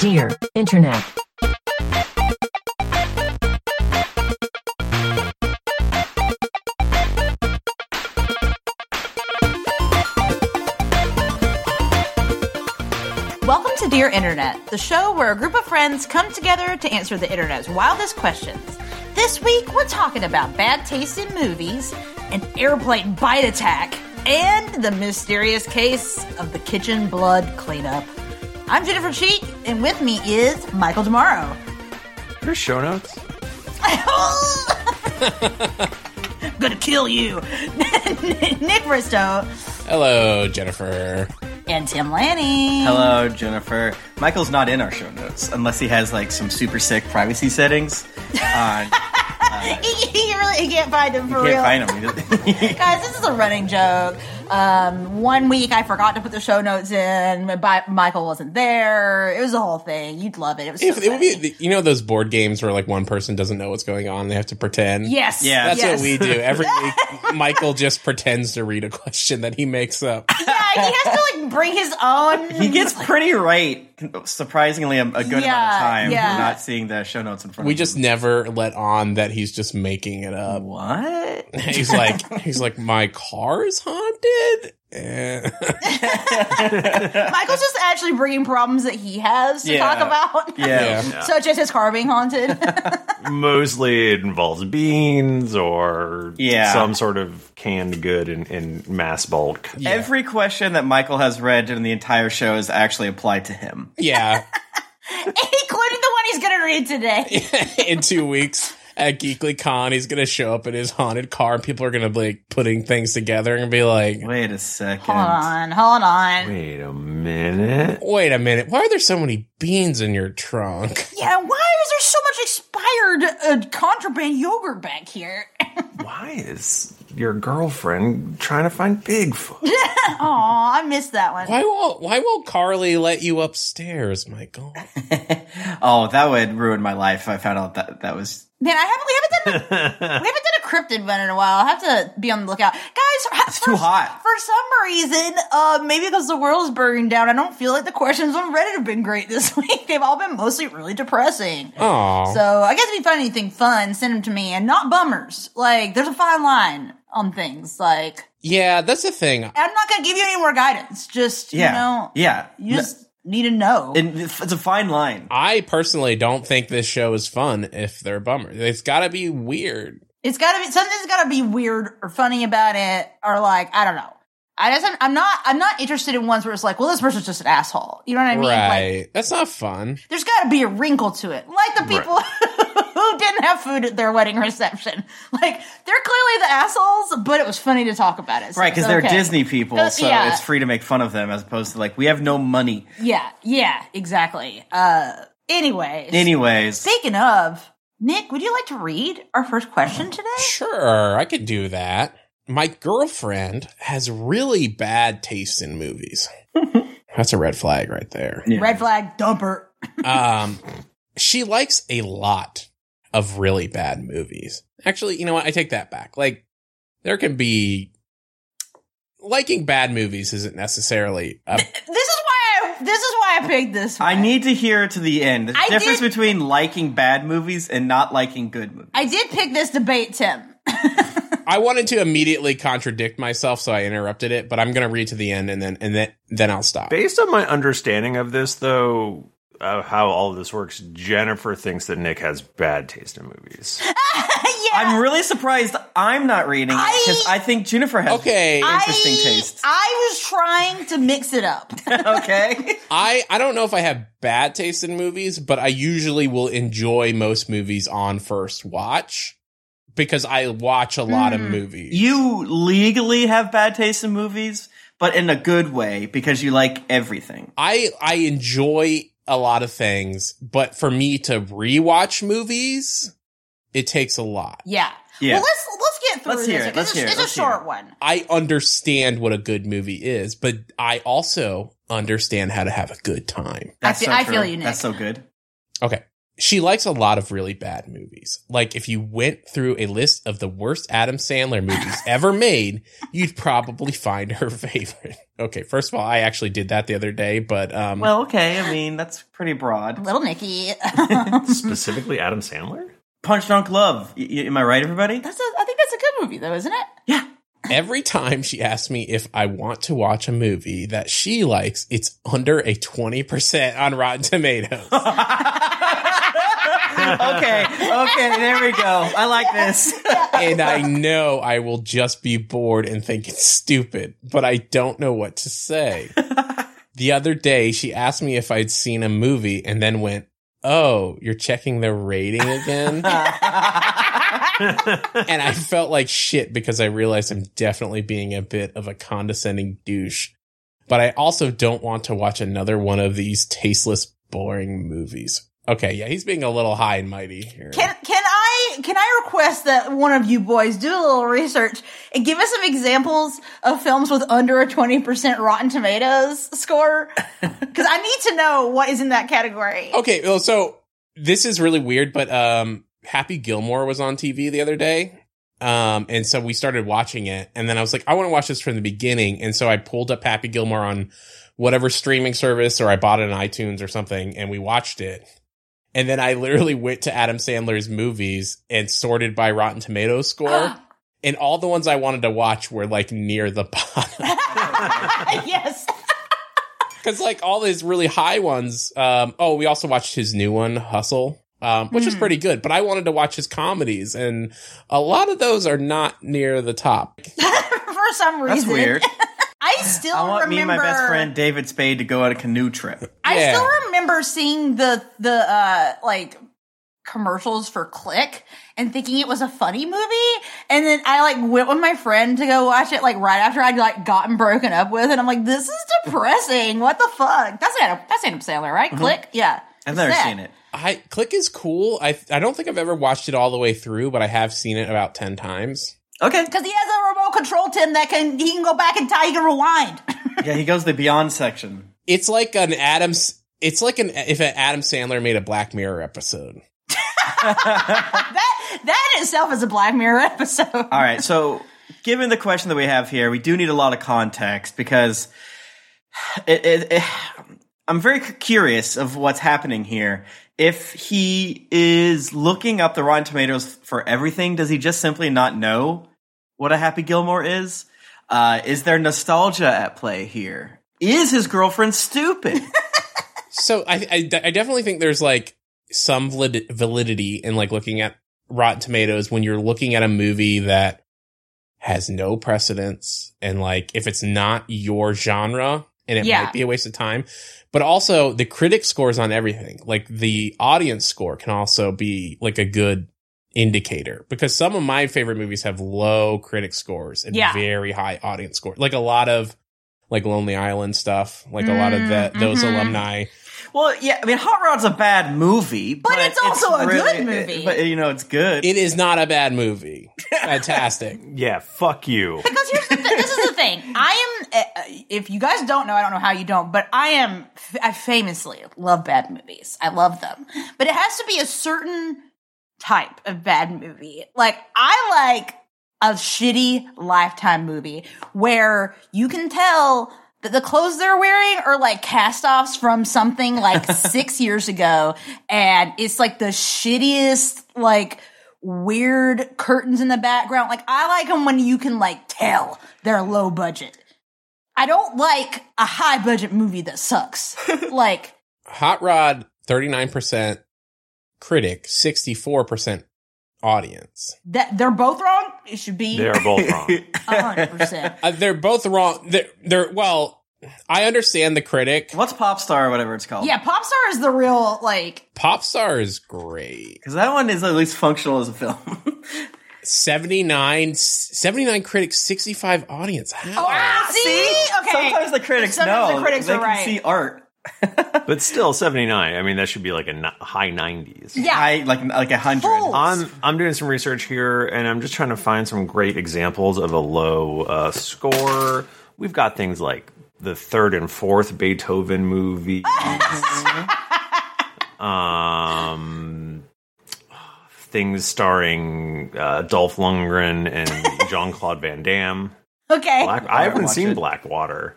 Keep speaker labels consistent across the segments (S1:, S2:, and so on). S1: Dear Internet.
S2: Welcome to Dear Internet, the show where a group of friends come together to answer the internet's wildest questions. This week, we're talking about bad taste in movies, an airplane bite attack, and the mysterious case of the kitchen blood cleanup. I'm Jennifer Cheek, and with me is Michael Demaro.
S3: Are there show notes?
S2: Gonna kill you, Nick Bristow,
S4: Hello, Jennifer.
S2: and Tim Lanning.
S5: Hello, Jennifer. Michael's not in our show notes unless he has like some super sick privacy settings. Uh,
S2: He, he really he can't find him for real.
S5: can't find him.
S2: Guys, this is a running joke. Um, one week I forgot to put the show notes in. Bi- Michael wasn't there. It was a whole thing. You'd love it. It was. so
S4: If it would
S2: funny.
S4: be, you know, those board games where like one person doesn't know what's going on, they have to pretend.
S2: yes.
S5: Yeah.
S4: that's
S2: yes.
S4: what we do every week. Michael just pretends to read a question that he makes up.
S2: Yeah, he has to like bring his own.
S5: he gets pretty right, surprisingly, a, a good amount
S2: Yeah,
S5: of time
S2: yeah.
S5: for not seeing the show notes in front.
S4: We
S5: of
S4: just
S5: him.
S4: never let on that he's just making it up.
S5: what?
S4: He's like, he's like, my car is haunted. Eh.
S2: Michael's just actually bringing problems that he has to
S5: Yeah.
S2: talk about.
S5: Yeah.
S4: Yeah.
S2: Such as his car being haunted.
S3: Mostly it involves beans or
S5: Yeah.
S3: some sort of canned good in, in mass bulk.
S5: Every question that Michael has read in the entire show is actually applied to him.
S4: yeah,
S2: Including the one he's going to read today.
S4: in two weeks at GeeklyCon, he's gonna show up in his haunted car. People are gonna be like putting things together and be like,
S5: Wait a second.
S2: Hold on. Hold on.
S3: Wait a minute.
S4: wait a minute, why are there so many beans in your trunk?
S2: Yeah, why is there so much expired uh, contraband yogurt back here?
S3: Why is your girlfriend trying to find Bigfoot?
S2: Aw, I missed that one.
S4: Why won't Why won't Carly let you upstairs, Michael?
S5: Oh, that would ruin my life if I found out that that was.
S2: Man, I haven't we haven't done a, we haven't done a cryptid one in a while. I have to be on the lookout, guys. It's
S5: too hot.
S2: for some reason. Uh, maybe because the world's burning down, I don't feel like the questions on Reddit have been great this week. They've all been mostly really depressing.
S4: Oh,
S2: So I guess if you find anything fun, send them to me, and not bummers. Like there's a fine line on things. Like
S4: yeah, that's the thing.
S2: I'm not gonna give you any more guidance. Just
S5: Yeah.
S2: you know,
S5: yeah.
S2: you just need to know.
S5: And it's a fine line.
S4: I personally don't think this show is fun if they're a bummer. It's got to be weird.
S2: It's gotta be something's gotta be weird or funny about it, or like I don't know. I just I'm not I'm not interested in ones where it's like, well, this person's just an asshole. You know what I mean? Like,
S4: right. that's not fun.
S2: there's gotta be a wrinkle to it, like the people who didn't have food at their wedding reception. Like they're clearly the assholes, but it was funny to talk about it. So
S5: Right, because
S2: it's
S5: they're
S2: okay.
S5: Disney people,
S2: Uh,
S5: so
S2: yeah.
S5: it's free to make fun of them as opposed to like we have no money.
S2: Yeah, yeah, exactly. Uh, anyways,
S5: Anyways,
S2: speaking of Nick, would you like to read our first question today?
S4: Sure, I could do that. My girlfriend has really bad taste in movies. that's a red flag right there.
S5: Yeah.
S2: Red flag dumper.
S4: Um, she likes a lot of really bad movies. Actually, you know what? I take that back. Like, there can be liking bad movies isn't necessarily a
S2: This is why I this is why I picked this.
S5: I
S2: one.
S5: need to hear it to the end. The
S2: I
S5: difference
S2: did-
S5: between liking bad movies and not liking good movies.
S2: I did pick this debate, Tim.
S4: I wanted to immediately contradict myself, so I interrupted it. But I'm going to read to the end, and then and then then I'll stop.
S3: Based on my understanding of this, though, of how all of this works, Jennifer thinks that Nick has bad taste in movies.
S5: I'm really surprised I'm not reading
S2: I-
S5: because I, think Junifer has
S4: Okay,
S5: interesting
S2: I,
S5: tastes.
S2: I was trying to mix it up.
S5: okay.
S4: I I don't know if I have bad taste in movies, but I usually will enjoy most movies on first watch because I watch a lot of movies.
S5: you legally have bad taste in movies, but in a good way because you like everything.
S4: I I enjoy a lot of things, but for me to rewatch movies, it takes a lot.
S2: yeah.
S5: Yeah.
S2: Well, let's let's get through
S5: Let's
S2: this.
S5: hear it,
S2: because
S5: let's
S2: it's
S5: hear it,
S2: it's
S5: let's
S2: a
S5: hear
S2: short
S5: it.
S2: one.
S4: I understand what a good movie is, but I also understand how to have a good time.
S2: I feel- I feel
S5: true.
S2: you, Nick.
S5: That's so good.
S4: Okay. she likes a lot of really bad movies. Like if you went through a list of the worst Adam Sandler movies ever made, you'd probably find her favorite. Okay, first of all, I actually did that the other day, but um
S5: Well, okay. I mean, that's pretty broad.
S2: Little Nicky.
S3: Specifically, Adam Sandler.
S5: Punch Drunk Love. Y- y- am I right, everybody?
S2: That's a, I think that's a good movie though, isn't it?
S5: Yeah.
S4: every time she asks me if I want to watch a movie that she likes, it's under a 20% on Rotten Tomatoes.
S5: okay. Okay. There we go. I like this.
S4: and I know I will just be bored and think it's stupid, but I don't know what to say. the other day, she asked me if I'd seen a movie and then went, Oh, you're checking the rating again? and I felt like shit because I realized I'm definitely being a bit of a condescending douche. But I also don't want to watch another one of these tasteless, boring movies. Okay, yeah, he's being a little high and mighty here.
S2: Can can I can I request that one of you boys do a little research and give us some examples of films with under a twenty percent Rotten Tomatoes score? Because I need to know what is in that category.
S4: Okay, well, so this is really weird, but um, Happy Gilmore was on TV the other day. Um, and so we started watching it, and then I was like, I want to watch this from the beginning. And so I pulled up Happy Gilmore on whatever streaming service, or I bought it on iTunes or something, and we watched it. And then I literally went to Adam Sandler's movies and sorted by Rotten Tomatoes score. and all the ones I wanted to watch were like near the bottom.
S2: yes.
S4: Because like all these really high ones. Um, oh, we also watched his new one, Hustle, um, which is pretty good. But I wanted to watch his comedies, and a lot of those are not near the top.
S2: For some reason.
S5: That's weird.
S2: I still
S5: I want me and
S2: remember
S5: my best friend David Spade to go on a canoe trip.
S2: I
S4: Yeah.
S2: still remember seeing the the uh like commercials for Click and thinking it was a funny movie and then I like went with my friend to go watch it like right after I'd like gotten broken up with and I'm like this is depressing what the fuck that's Adam that's Adam Sandler right Click yeah
S5: Mm-hmm.
S2: It's
S5: I've never
S2: that.
S5: seen it.
S4: I Click is cool. I I don't think I've ever watched it all the way through, but I have seen it about ten times.
S5: Okay.
S2: because he has a remote control Tim that can he can go back in time he can rewind
S5: Yeah, he goes to the Beyond section.
S4: It's like an Adams. It's like an if an Adam Sandler made a Black Mirror episode.
S2: that that in itself is a Black Mirror episode
S5: All right. So, given the question that we have here, we do need a lot of context because it, it, it- I'm very cu- curious of what's happening here. If he is looking up the Rotten Tomatoes for everything, does he just simply not know what a Happy Gilmore is? Uh, is there nostalgia at play here? Is his girlfriend stupid?
S4: So I, I, I definitely think there's like some valid, validity in like looking at Rotten Tomatoes when you're looking at a movie that has no precedence and like if it's not your genre and it
S2: Yeah.
S4: might be a waste of time. But also the critic scores on everything. Like the audience score can also be like a good indicator because some of my favorite movies have low critic scores and
S2: Yeah.
S4: very high audience score. Like a lot of like Lonely Island stuff, like a lot of
S2: Mm,
S4: that those
S2: mhm.
S4: alumni
S5: well, yeah. I mean, Hot Rod's a bad movie, but,
S2: it's also a good movie.
S5: But you know, it's good.
S4: It is not a bad movie. Fantastic.
S3: Yeah, fuck you.
S2: Because here's the th- this is the thing. I am. uh, If you guys don't know, I don't know how you don't, but I am. I famously love bad movies. I love them, but it has to be a certain type of bad movie. Like I like a shitty Lifetime movie where you can tell that the clothes they're wearing are like cast-offs from something like six years ago, and it's like the shittiest like weird curtains in the background. Like I like them when you can like tell they're low budget. I don't like a high budget movie that sucks. like
S4: Hot Rod, 39% critic, 64% audience.
S2: that they're both wrong. It should be
S3: They are both wrong.
S2: hundred percent.
S4: Uh, they're both wrong. They're, they're, well, I understand the critic.
S5: What's Pop Star or whatever it's called?
S2: Yeah, Popstar is the real like
S4: Popstar is great.
S5: Because that one is at least functional as a film.
S4: 79, 79 critics, 65 audience. How?
S2: wow, see? Okay.
S5: Oh, Sometimes the critics
S2: Sometimes
S5: know.
S2: the critics
S5: they
S2: are
S5: can
S2: right.
S5: see art.
S3: but still, seventy nine. I mean, that should be like a ni- high nineties.
S2: yeah.
S5: I like like a hundred.
S2: Full.
S3: I'm I'm doing some research here, and I'm just trying to find some great examples of a low uh, score. We've got things like the third and fourth Beethoven movies. um, things starring uh, Dolph Lundgren and Jean Claude Van Damme.
S2: Okay.
S3: Black,
S5: I
S3: I haven't
S5: watch
S3: seen
S5: it.
S3: Blackwater.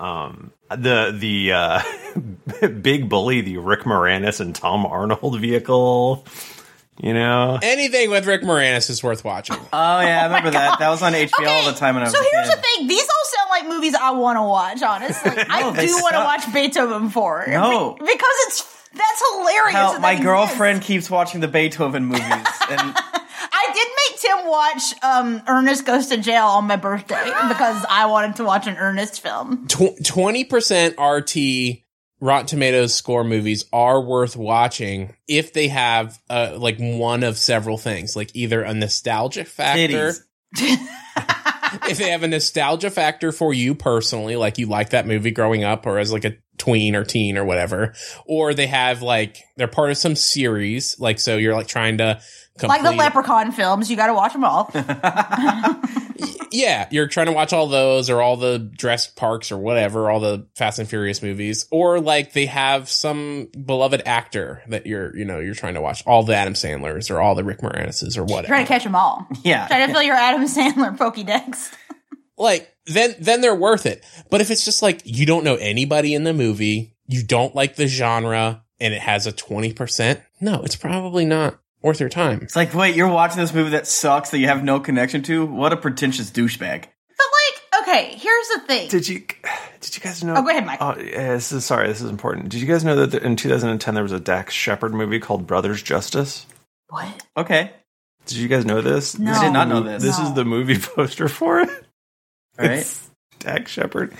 S3: Um, the the uh, big bully, the Rick Moranis and Tom Arnold vehicle. You know,
S4: Anything with Rick Moranis is worth watching.
S5: Oh yeah, I remember that. That was on HBO all the
S2: Okay,
S5: time when I was
S2: so
S5: a kid.
S2: here's the thing: these all sound like movies I want to watch. Honestly, I
S5: they
S2: do want to
S5: suck.
S2: watch Beethoven Four.
S5: No.
S2: Be- because it's that's hilarious.
S5: How
S2: that
S5: my
S2: that
S5: girlfriend
S2: exists.
S5: keeps watching the Beethoven movies, and
S2: I did make Tim watch um, Ernest Goes to Jail on my birthday because I wanted to watch an Ernest film.
S4: Twenty percent RT Rotten Tomatoes score movies are worth watching if they have uh, like one of several things, like either a nostalgia factor.
S5: titties.
S4: if they have a nostalgia factor for you personally, like you liked that movie growing up or as like a tween or teen or whatever, or they have like they're part of some series, like so you're like trying to complete,
S2: Like the Leprechaun films, you got to watch them all.
S4: yeah, you're trying to watch all those or all the dressed parks or whatever, all the Fast and Furious movies, or like they have some beloved actor that you're you know you're trying to watch all the Adam Sandlers or all the Rick Moranises or whatever.
S2: Trying to catch them all.
S5: Yeah,
S2: Trying to fill your Adam Sandler Pokédex.
S4: like then then they're worth it. But if it's just like you don't know anybody in the movie, you don't like the genre, and it has a twenty percent, no, it's probably not worth your time.
S5: it's like wait, you're watching this movie that sucks that you have no connection to. What a pretentious douchebag.
S2: But like, okay, here's the thing.
S3: did you did you guys know?
S2: Oh, go ahead, Mike.
S3: Oh, yeah, this is sorry. This is important. Did you guys know that there- in 2010 there was a Dax Shepard movie called Brothers Justice?
S2: what?
S5: Okay,
S3: Did you guys know this?
S2: No.
S3: This
S2: I did
S3: is
S5: not
S3: the
S5: know
S3: mo-
S5: this.
S3: This
S2: No.
S3: is the movie poster for it.
S5: all right.
S3: It's Dax Shepard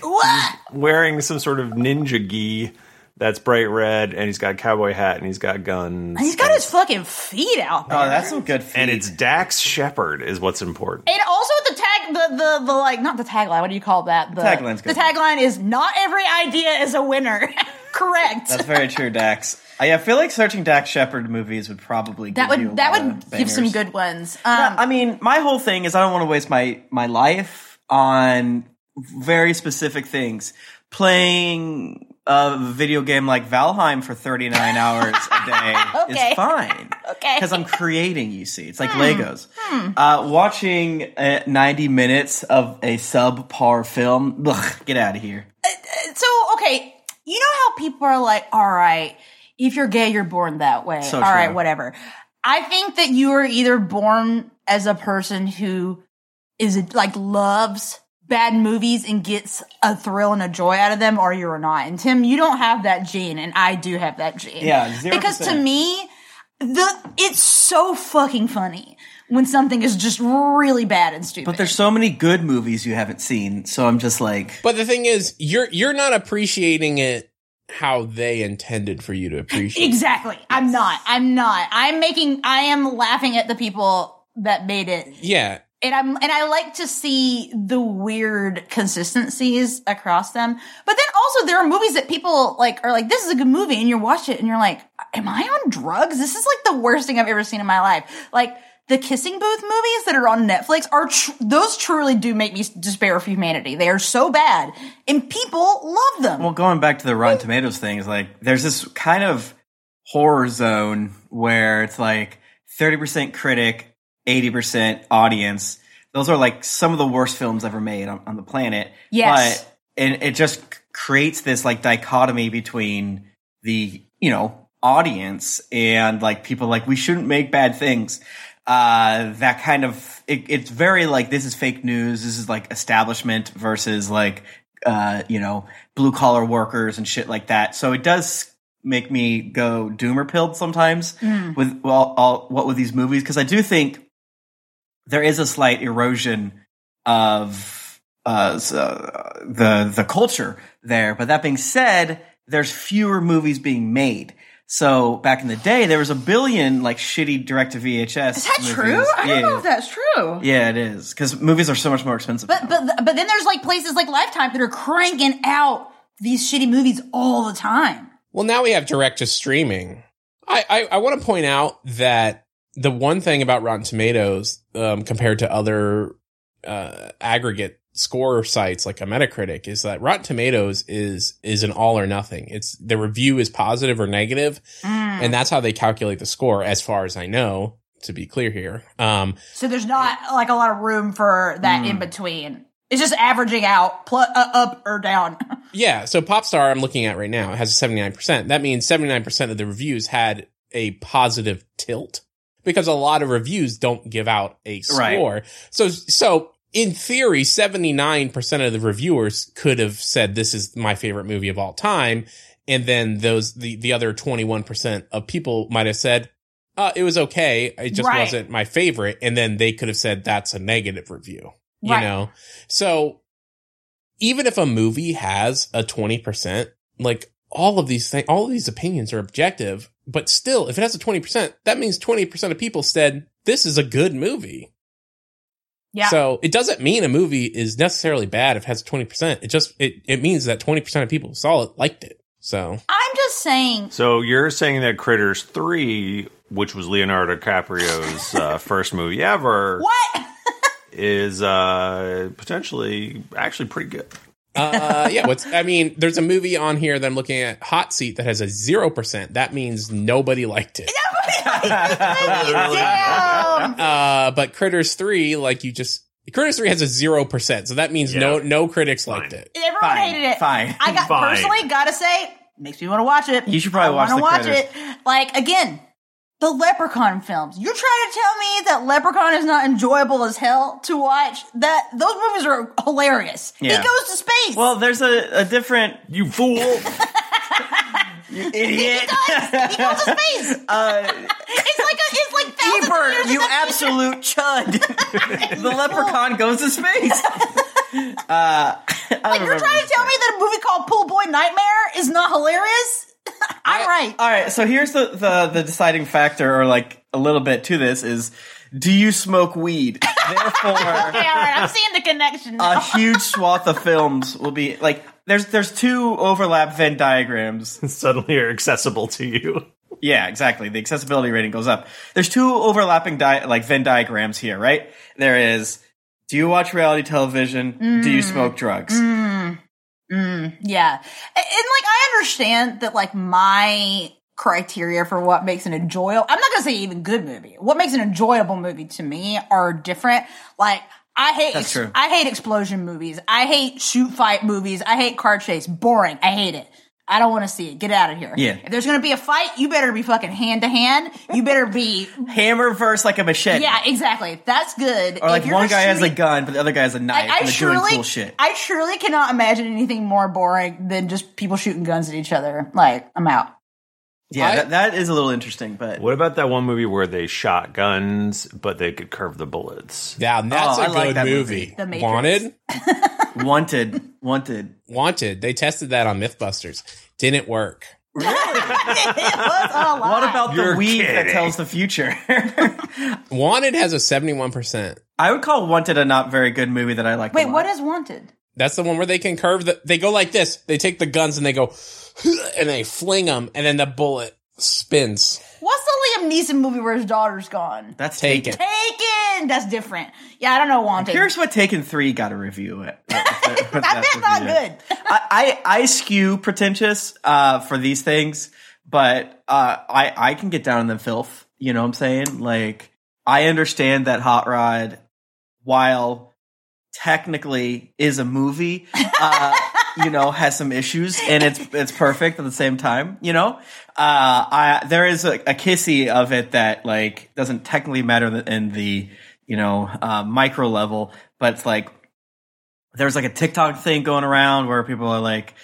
S2: What?
S3: wearing some sort of ninja gi that's bright red, and he's got a cowboy hat and he's got guns.
S2: And he's got his fucking feet out there.
S5: Oh, that's some good. Feed.
S3: and it's Dax Shepard is what's important.
S2: And also the tag, the, the the like, not the tagline. What do you call that? The
S5: tagline's
S2: The
S5: good.
S2: tagline is "Not every idea is a winner." Correct.
S5: that's very true, Dax. I, I feel like searching Dax Shepard movies would probably
S2: that
S5: give you a
S2: would that
S5: lot
S2: would
S5: of
S2: give some
S5: bangers.
S2: good ones. Um,
S5: I mean, my whole thing is I don't want to waste my my life on very specific things. Playing a video game like Valheim for 39 hours a day
S2: Okay.
S5: is fine.
S2: Okay. Hmm.
S5: Because I'm creating, you see. It's like Legos. Uh, watching uh, 90 minutes of a subpar film, ugh, get out of here.
S2: so okay, you know how people are like, "All right, if you're gay, you're born that way."
S5: So
S2: All right,
S5: true.
S2: whatever. I think that you are either born as a person who is like loves bad movies and gets a thrill and a joy out of them, or you're not. And Tim, you don't have that gene, and I do have that gene.
S5: Yeah, 0%.
S2: because to me, the it's so fucking funny when something is just really bad and stupid.
S5: But there's so many good movies you haven't seen, so I'm just like,
S4: But the thing is, you're you're not appreciating it how they intended for you to appreciate. it.
S2: Exactly. I'm not. I'm not. I'm making I am laughing at the people that made it.
S4: Yeah,
S2: And I'm and I like to see the weird consistencies across them. But then also there are movies that people like are like, this is a good movie, and you watch it and you're like, Am I on drugs? This is like the worst thing I've ever seen in my life. Like the kissing booth movies that are on Netflix are tr- those truly do make me despair of humanity. They are so bad, and people love them.
S5: Well, going back to the Rotten Tomatoes thing is like there's this kind of horror zone where it's like 30% critic, 80% audience. Those are like some of the worst films ever made on, on the planet.
S2: Yes.
S5: But and it just c- creates this like dichotomy between the, you know, audience and like people like we shouldn't make bad things. Uh that kind of it, it's very like this is fake news, this is like establishment versus like uh, you know, blue collar workers and shit like that. So it does make me go doomer pilled sometimes with well, all, what with these movies because I do think there is a slight erosion of uh, s- uh, the the culture there. But that being said, there's fewer movies being made. So back in the day, there was a billion like shitty direct to VHS.
S2: is that true? I don't know if that's true.
S5: Yeah, it is because movies are so much more expensive. now.
S2: But but but then there's like places like Lifetime that are cranking out these shitty movies all the time.
S4: Well, now we have direct to streaming. I, I, I want to point out that the one thing about Rotten Tomatoes um, compared to other uh, aggregate score sites like a Metacritic is that Rotten Tomatoes is is an all or nothing. It's the review is positive or negative,
S2: Mm. Hmm.
S4: and that's how they calculate the score. As far as I know, to be clear here, um,
S2: So there's not like a lot of room for that
S4: Mm.
S2: in between. It's just averaging out, pl- uh, up or down.
S4: yeah. So Popstar, I'm looking at right now, has a 79. percent That means 79 percent of the reviews had a positive tilt because a lot of reviews don't give out a
S5: Right.
S4: score. So so. In theory, 79% of the reviewers could have said this is my favorite movie of all time and then those the the other 21% of people might have said uh, it was okay it just
S2: Right.
S4: wasn't my favorite and then they could have said that's a negative review you
S2: Right.
S4: know so even if a movie has a 20% like all of these things all of these opinions are objective but still if it has a 20% that means 20% of people said this is a good movie
S2: yeah.
S4: so it doesn't mean a movie is necessarily bad if it has 20% it just it, it means that 20% of people who saw it liked it so
S2: I'm just saying.
S3: So you're saying that Critters 3, which was Leonardo DiCaprio's uh, first movie ever,
S2: What?
S3: is uh, potentially actually pretty good.
S4: uh, yeah, what's I mean, there's a movie on here that I'm looking at, Hot Seat, that has a zero percent. That means nobody liked it.
S2: Damn.
S4: Uh, but Critters Three, like you just Critters Three has a zero percent, so that means no
S3: Yeah.
S4: no critics
S3: Fine.
S4: liked it.
S2: Everyone
S5: Fine,
S2: hated it.
S5: fine,
S2: I got
S3: fine.
S2: personally gotta say, makes me want to watch it.
S5: You should
S2: I
S5: probably watch
S2: wanna
S5: the
S2: watch
S5: Critters.
S2: it. Like again, the Leprechaun films. You're trying to tell me that Leprechaun is not enjoyable as hell to watch? That those movies are hilarious. He
S5: Yeah.
S2: goes to space.
S5: Well, there's a, a different
S3: You fool!
S5: idiot.
S2: he goes to space. it's like a, it's like thousands of years
S5: Ebert,
S2: in
S5: you
S2: the
S5: absolute chud. the leprechaun goes to space. Uh,
S2: Like you're
S5: remember
S2: trying to
S5: this
S2: tell me that a movie called Pool Boy Nightmare is not hilarious? I'm right.
S5: All right, so here's the, the the deciding factor, or like a little bit to this is, do you smoke weed? Therefore,
S2: okay, all right. I'm seeing the connection. Now.
S5: a huge swath of films will be like. There's there's two overlap Venn diagrams.
S3: Suddenly are accessible to you.
S5: Yeah, exactly. The accessibility rating goes up. There's two overlapping di- like Venn diagrams here, right? There is. Do you watch reality television? Do
S2: Mm.
S5: you smoke drugs?
S2: Yeah. And, and, like, I understand that, like, my criteria for what makes an enjoyable, I'm not going to say even good movie. What makes an enjoyable movie to me are different. Like, I hate,
S5: That's true.
S2: I hate explosion movies. I hate shoot fight movies. I hate car chase. Boring. I hate it. I don't want to see it. Get out of here.
S5: Yeah.
S2: If there's going to be a fight, you better be fucking hand to hand. You better be.
S5: Hammer verse like a machete.
S2: Yeah, exactly. That's good.
S5: Or like
S2: If you're
S5: one
S2: just
S5: guy has a
S2: shooting-
S5: gun, but the other guy has a knife,
S2: I
S5: and they're
S2: surely,
S5: doing cool shit.
S2: I surely cannot imagine anything more boring than just people shooting guns at each other. Like, I'm out.
S5: yeah,
S4: I-
S5: that, that is a little interesting, but
S3: What about that one movie where they shot guns, but they could curve the bullets?
S4: Yeah, that's
S5: Oh, I
S4: a
S5: like
S4: good
S5: that
S4: movie.
S5: movie.
S2: The Matrix.
S4: Wanted,
S5: wanted, wanted.
S4: Wanted. They tested that on MythBusters. Didn't work.
S2: it was a lot.
S5: What about
S3: You're
S5: the weed that
S3: kidding.
S5: tells the future?
S4: Wanted has a 71%.
S5: I would call Wanted a not very good movie that I like. a
S2: Wait,
S5: lot.
S2: what is wanted?
S4: That's the one where they can curve the, they go like this. They take the guns and they go, and they fling them, and then the bullet spins.
S2: What's the Liam Neeson movie where his daughter's gone?
S5: that's
S4: Taken.
S5: Taken?
S2: Taken. That's different. Yeah, I don't know wanted.
S5: Here's what Taken Three got a review. At,
S2: I bet not good.
S5: I, I I skew pretentious uh, for these things, but uh, I I can get down in the filth. You know what I'm saying? Like I understand that Hot Rod, while technically is a movie, uh, you know, has some issues, and it's it's perfect at the same time. You know, uh, I there is a, a kissy of it that like doesn't technically matter in the, in the you know uh, micro level, but it's like there's like a TikTok thing going around where people are like,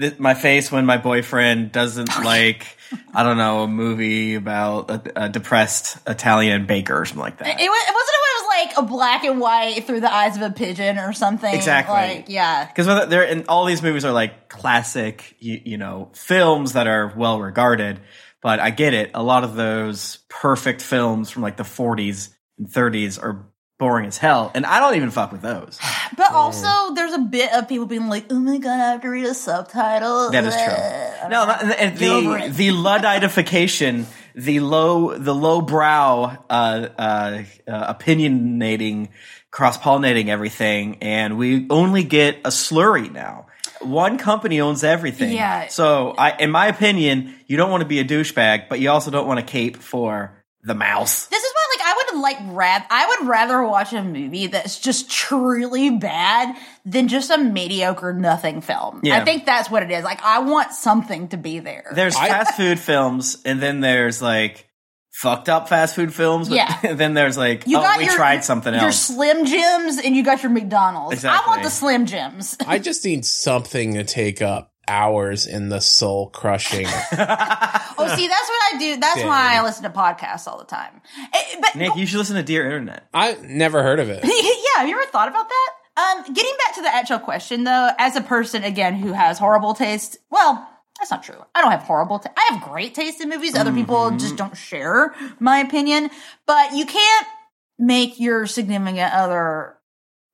S5: "Th- my face when my boyfriend doesn't like, I don't know, a movie about a, a depressed Italian baker or something like
S2: It, it was,
S5: that.
S2: it wasn't. It was like a black and white through the eyes of a pigeon or something.
S5: Exactly.
S2: Like, yeah.
S5: Because they're and all these movies are like classic, you, you know, films that are well regarded. But I get it. A lot of those perfect films from like the 40s and 30s are boring as hell, and I don't even fuck with those.
S2: But also, there's a bit of people being like, "Oh my god, I have to read a subtitle."
S5: That is
S2: Ugh.
S5: true. No, not- and
S2: Get over
S5: the
S2: it.
S5: the ludditification, the low the low brow uh, uh, uh, opinionating cross pollinating everything, and we only get a slurry now. One company owns everything.
S1: Yeah.
S5: So, I, in my opinion, you don't want to be a douchebag, but you also don't want to cape for the mouse.
S2: This is why, like, I would like rad. I would rather watch a movie that's just truly bad than just a mediocre nothing film.
S5: Yeah.
S2: I think that's what it is. Like, I want something to be there.
S5: There's
S4: I-
S5: fast food films, and then there's like fucked up fast food films. But
S2: Yeah.
S5: then there's like,
S2: you
S5: oh,
S2: got
S5: we
S2: your,
S5: tried something
S2: your
S5: else.
S2: Slim Jims and you got your McDonald's. I
S5: Exactly.
S2: want the Slim Jims.
S4: I just need something to take up hours in the soul crushing.
S2: Oh, see, that's what I do. That's why I listen to podcasts all the time. Eh, but
S5: Nick, you should listen to Dear Internet.
S4: I never heard of it.
S2: yeah, have you ever thought about that? Um, getting back to the actual question, though, as a person again who has horrible taste, well, that's not true. I don't have horrible. Ta- I have great taste in movies. Other people
S5: Mm-hmm.
S2: just don't share my opinion. But you can't make your significant other.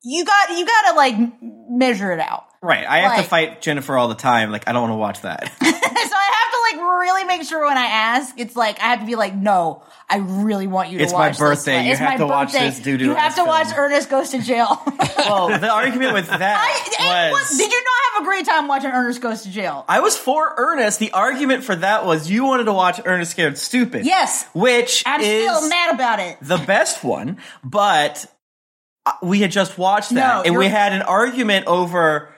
S2: You got. You got to like m- measure it out.
S5: Right. I have
S2: Like-
S5: to fight Jennifer all the time. Like, I don't want to watch that.
S2: so I have to like really make sure when I ask, it's like I have to be like, no, I really want you
S5: It's
S2: to
S5: my
S2: watch.
S5: birthday.
S2: This.
S5: You
S2: it's
S5: have
S2: my
S5: to watch
S2: birthday.
S5: this doo-doo
S2: You have
S5: ass
S2: to watch
S5: film."
S2: Ernest Goes to Jail.
S5: well, the argument with that
S2: I, and what-
S5: was.
S2: did you not have a great time watching Ernest Goes to Jail?
S5: I was for Ernest. The argument for that was you wanted to watch Ernest Scared Stupid.
S2: Yes.
S5: Which
S2: I'm
S5: is
S2: still mad about it.
S5: the best one, but uh, we had just watched that
S2: No,
S5: and we
S2: you're-
S5: had an argument over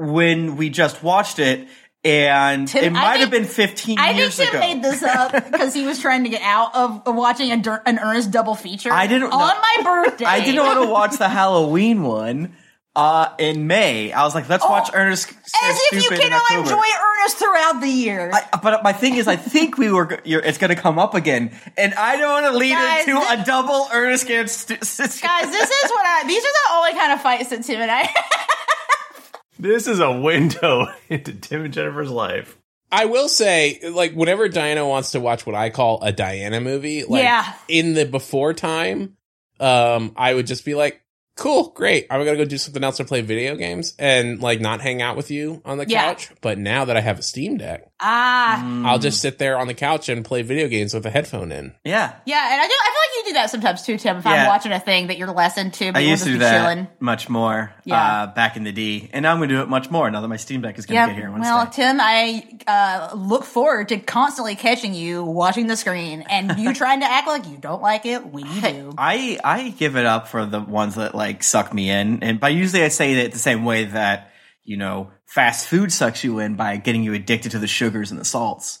S5: when we just watched it and
S2: Tim,
S5: it
S2: I
S5: might have
S2: think-
S5: been 15
S2: I think
S5: years
S2: Tim
S5: ago.
S2: made this up because he was trying to get out of watching a, dir- an Ernest double feature.
S5: I
S2: on
S5: didn't- no.
S2: my birthday.
S5: I didn't want to watch the Halloween one uh, in May. I was like, let's watch Ernest Scared
S2: Oh, As if
S5: Stupid
S2: you
S5: in
S2: cannot
S5: October.
S2: enjoy Ernest throughout the year.
S5: I, but my thing is, I think we were. go- You're, it's going to come up again, and I don't want to lead
S2: Guys,
S5: into
S2: thi-
S5: a double Ernest Scared Stu- Stu-
S2: Guys, this is what I. These are the only kind of fights that Tim and I.
S3: This is a window into Tim and Jennifer's life.
S4: I will say, like, whenever Diana wants to watch what I call a Diana movie, like
S2: Yeah.
S4: in the before time, um, I would just be like, Cool, great. I'm gonna go do something else or play video games and like not hang out with you on the
S2: Yeah.
S4: couch. But now that I have a Steam Deck,
S2: ah,
S5: Mm.
S4: I'll just sit there on the couch and play video games with a headphone in.
S5: Yeah,
S2: yeah, and I do. I feel like you do that sometimes too, Tim. If I'm
S5: Yeah.
S2: watching a thing that you're less into, but
S5: I
S2: you'll just
S5: used to do
S2: be
S5: that
S2: chilling.
S5: much more
S2: Yeah.
S5: uh, back in the D, and now I'm going to do it much more now that my Steam Deck is going to get here.
S2: Yeah,
S5: One
S2: well,
S5: day.
S2: Tim, I uh, look forward to constantly catching you watching the screen and you trying to act like you don't like it when you do.
S5: I I give it up for the ones that like suck me in, and by usually I say it the same way that you know fast food sucks you in by getting you addicted to the sugars and the salts.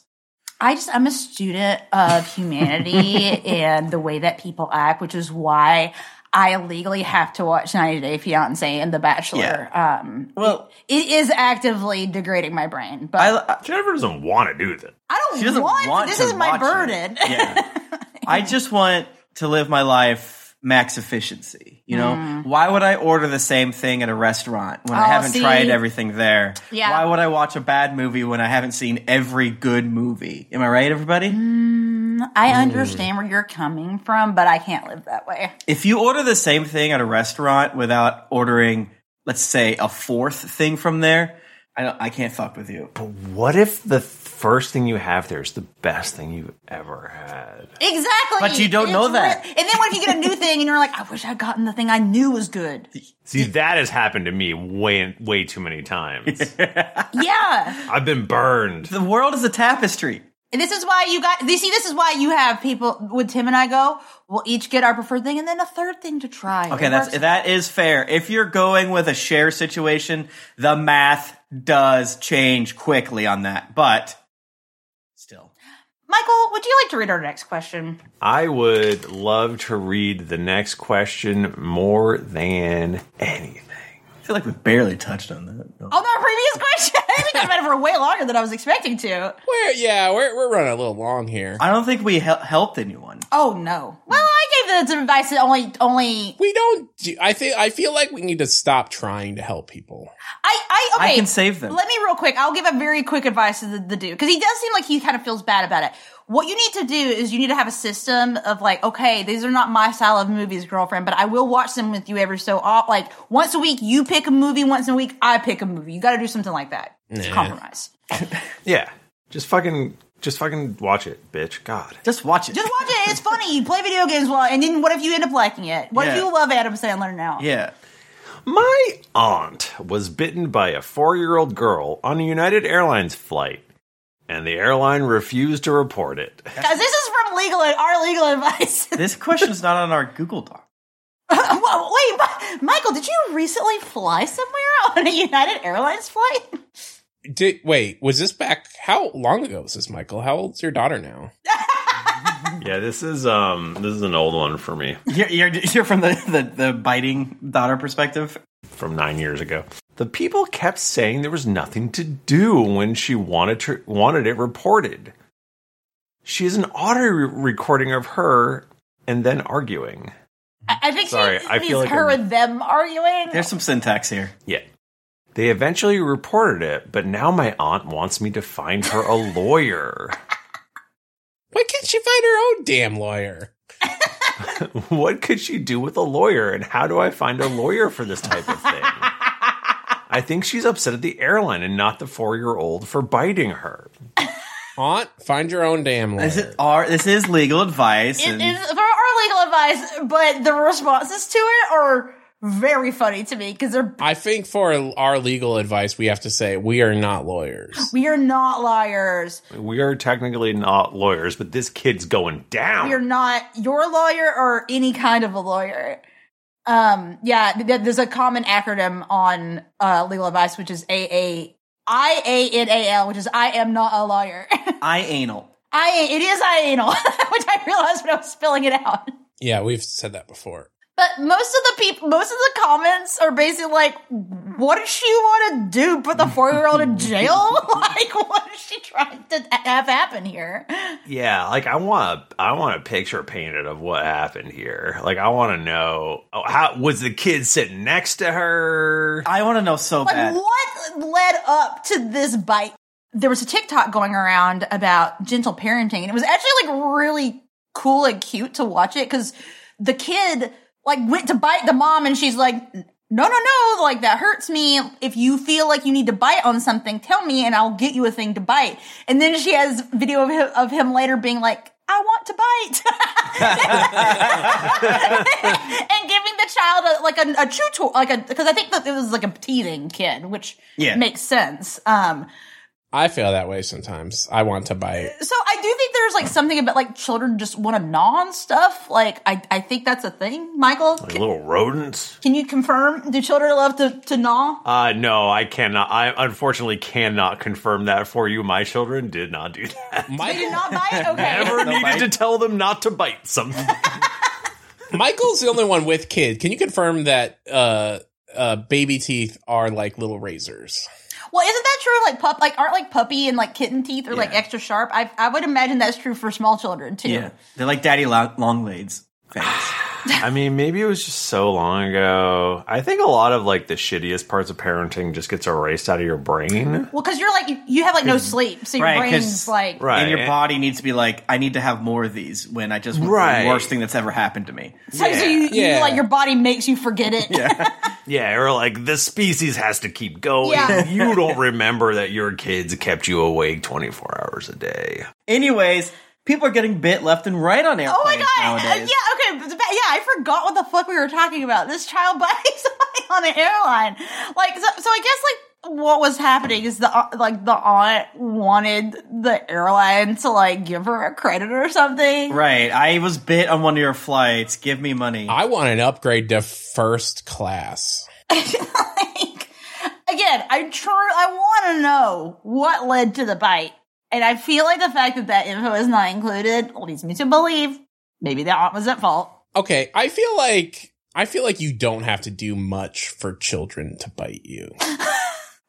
S2: I just I'm a student of humanity and the way that people act, which is why I legally have to watch 90 Day Fiance and The Bachelor. Um,
S5: Well,
S2: it is actively degrading my brain, but I,
S5: I,
S3: Jennifer doesn't want to do that.
S2: don't
S5: She doesn't
S2: want,
S5: want,
S2: this
S5: to
S2: is my
S5: watch it.
S2: burden.
S5: Yeah. I just want to live my life max efficiency. You know, why would I order the same thing at a restaurant when
S2: Mm. Oh,
S5: I haven't
S2: see.
S5: tried everything there?
S2: Yeah.
S5: Why would I watch a bad movie when I haven't seen every good movie? Am I
S2: Mm.
S5: right, everybody?
S2: I
S5: Mm.
S2: understand where you're coming from, but I can't live that way.
S5: If you order the same thing at a restaurant without ordering, let's say, a fourth thing from there, I, don't, I can't fuck with you.
S3: But what if the first thing you have there is the best thing you've ever had?
S2: Exactly.
S5: But you don't
S2: And
S5: know
S2: it's
S5: that.
S2: real- and then when you get a new thing and you're like, I wish I'd gotten the thing I knew was good.
S3: See, that has happened to me way, way too many times.
S2: Yeah.
S3: I've been burned.
S5: The world is a tapestry.
S2: And this is why you got, you see, this is why you have people, with Tim and I go, we'll each get our preferred thing and then a third thing to try.
S5: Okay,
S2: It
S5: that's
S2: works.
S5: that is fair. If you're going with a share situation, the math does change quickly on that. But still,
S2: Michael, would you like to read our next question?
S3: I would love to read the next question more than anything.
S5: I feel like we barely touched on that. No.
S2: Oh, my previous question. I think I've read it for way longer than I was expecting to.
S4: We're yeah, we're we're running a little long here.
S5: I don't think we hel- helped anyone.
S2: Oh, no. Well, I gave the advice that only, only,
S4: we don't do I think I feel like we need to stop trying to help people.
S2: I, I, okay.
S5: I can save them.
S2: Let me real quick. I'll give a very quick advice to the, the dude because he does seem like he kind of feels bad about it. What you need to do is you need to have a system of like, okay, these are not my style of movies, girlfriend, but I will watch them with you every so often. Like once a week, you pick a movie. Once a week, I pick a movie. You got to do something like that. It's a compromise.
S3: Yeah. Just fucking, just fucking watch it, bitch. God.
S5: Just watch it.
S2: Just watch it. it. It's funny. You play video games while, and then what if you end up liking it? What if
S5: Yeah.
S2: you love Adam Sandler now?
S5: Yeah.
S3: My aunt was bitten by a four year old girl on a United Airlines flight, and the airline refused to report it.
S2: Guys, this is from legal our legal advice.
S5: This question's not on our Google Doc.
S2: Whoa, Wait, Mi- Michael, did you recently fly somewhere on a United Airlines flight?
S4: Did wait? Was this back? How long ago was this, Michael? How old's your daughter now?
S3: Yeah, this is um this is an old one for me
S5: You're, you're, you're from the, the, the biting daughter perspective.
S3: from 9 years ago. The people kept saying there was nothing to do when she wanted to, wanted it reported. She has an audio re- recording of her and then arguing.
S2: I, I think
S3: Sorry,
S2: she
S3: I
S2: means
S3: feel like
S2: her
S3: I'm-
S2: and them arguing.
S5: There's some syntax here.
S3: Yeah. They eventually reported it, but now my aunt wants me to find her a lawyer.
S4: Why can't she find her own damn lawyer?
S3: what could she do with a lawyer and how do I find a lawyer for this type of thing? I think she's upset at the airline and not the 4-year-old for biting her.
S4: Aunt, find your own damn lawyer.
S5: This is our this is legal advice.
S2: it
S5: and
S2: is for our legal advice, but the responses to it are very funny to me because they're
S4: I think for our legal advice, we have to say we are not lawyers.
S2: we are not liars.
S3: We are technically not lawyers, but this kid's going down.
S2: We are not your lawyer or any kind of a lawyer. Um, yeah, th- th- there's a common acronym on uh, legal advice, which is AA. I A N A L, which is I am not a lawyer.
S5: I anal.
S2: I it is I anal, which I realized when I was spelling it out.
S4: Yeah, we've said that before.
S2: But most of the people, most of the comments are basically like, "What does she want to do? Put the four-year-old in jail? like, what is she trying to have happen here?"
S3: yeah, like I want a, I want a picture painted of what happened here. Like I want to know oh, how was the kid sitting next to her?
S5: I want to know so
S2: Like,
S5: bad.
S2: what led up to this bite? There was a TikTok going around about gentle parenting, and it was actually like really cool and cute to watch it because the kid like went to bite the mom, and she's like, "No, no, no! Like that hurts me. If you feel like you need to bite on something, tell me, and I'll get you a thing to bite." And then she has video of him, of him later being like. I want to bite, and giving the child a, like a, a chew toy, like a because I think that it was like a teething kid, which
S5: Yeah.
S2: makes sense. Um,
S4: I feel that way sometimes. I want to bite.
S2: so I do think there's like something about like children just want to gnaw on stuff. Like I, I think that's a thing. Michael,
S3: Like
S2: c-
S3: little rodents.
S2: can you confirm? Do children love to, to gnaw?
S3: Uh, no, I cannot. I unfortunately cannot confirm that for you. My children did not do that.
S2: Uh, Do
S4: Michael,
S2: not bite. Okay.
S3: Ever
S5: No
S3: needed
S5: bite.
S3: to tell them not to bite something.
S4: Michael's the only one with kid. Can you confirm that uh, uh, baby teeth are like little razors?
S2: Well, isn't that true? of, Like pup, like aren't like puppy and like kitten teeth are like
S5: Yeah.
S2: extra sharp. I I would imagine that's true for small children too.
S5: Yeah, they're like daddy long, long legs.
S3: I mean, maybe it was just so long ago. I think a lot of like the shittiest parts of parenting just gets erased out of your brain.
S2: Well, because you're like you, you have like no sleep, so your
S5: Right, 'cause-
S2: brain's like
S3: Right.
S5: And your body needs to be like, I need to have more of these when I just
S3: Right.
S5: the worst thing that's ever happened to me.
S2: So, so you, you
S4: Yeah.
S2: feel like your body makes you forget it.
S3: Yeah, or like the species has to keep going.
S2: Yeah.
S3: You don't remember that your kids kept you awake 24 hours a day.
S5: Anyways, people are getting bit left and right on airplanes
S2: Oh my god! Uh, yeah,
S5: nowadays.
S2: okay, but the ba- yeah, I forgot what the fuck we were talking about. This child bites somebody on an airline, like so. So I guess like what was happening is the au- like the aunt wanted the airline to like give her a credit or something.
S5: Right. I was bit on one of your flights. Give me money.
S4: I want an upgrade to first class.
S2: like, again, I tr- I want to know what led to the bite, and I feel like the fact that that info is not included leads me to believe maybe the aunt was at fault.
S4: Okay, I feel like I feel like you don't have to do much for children to bite you.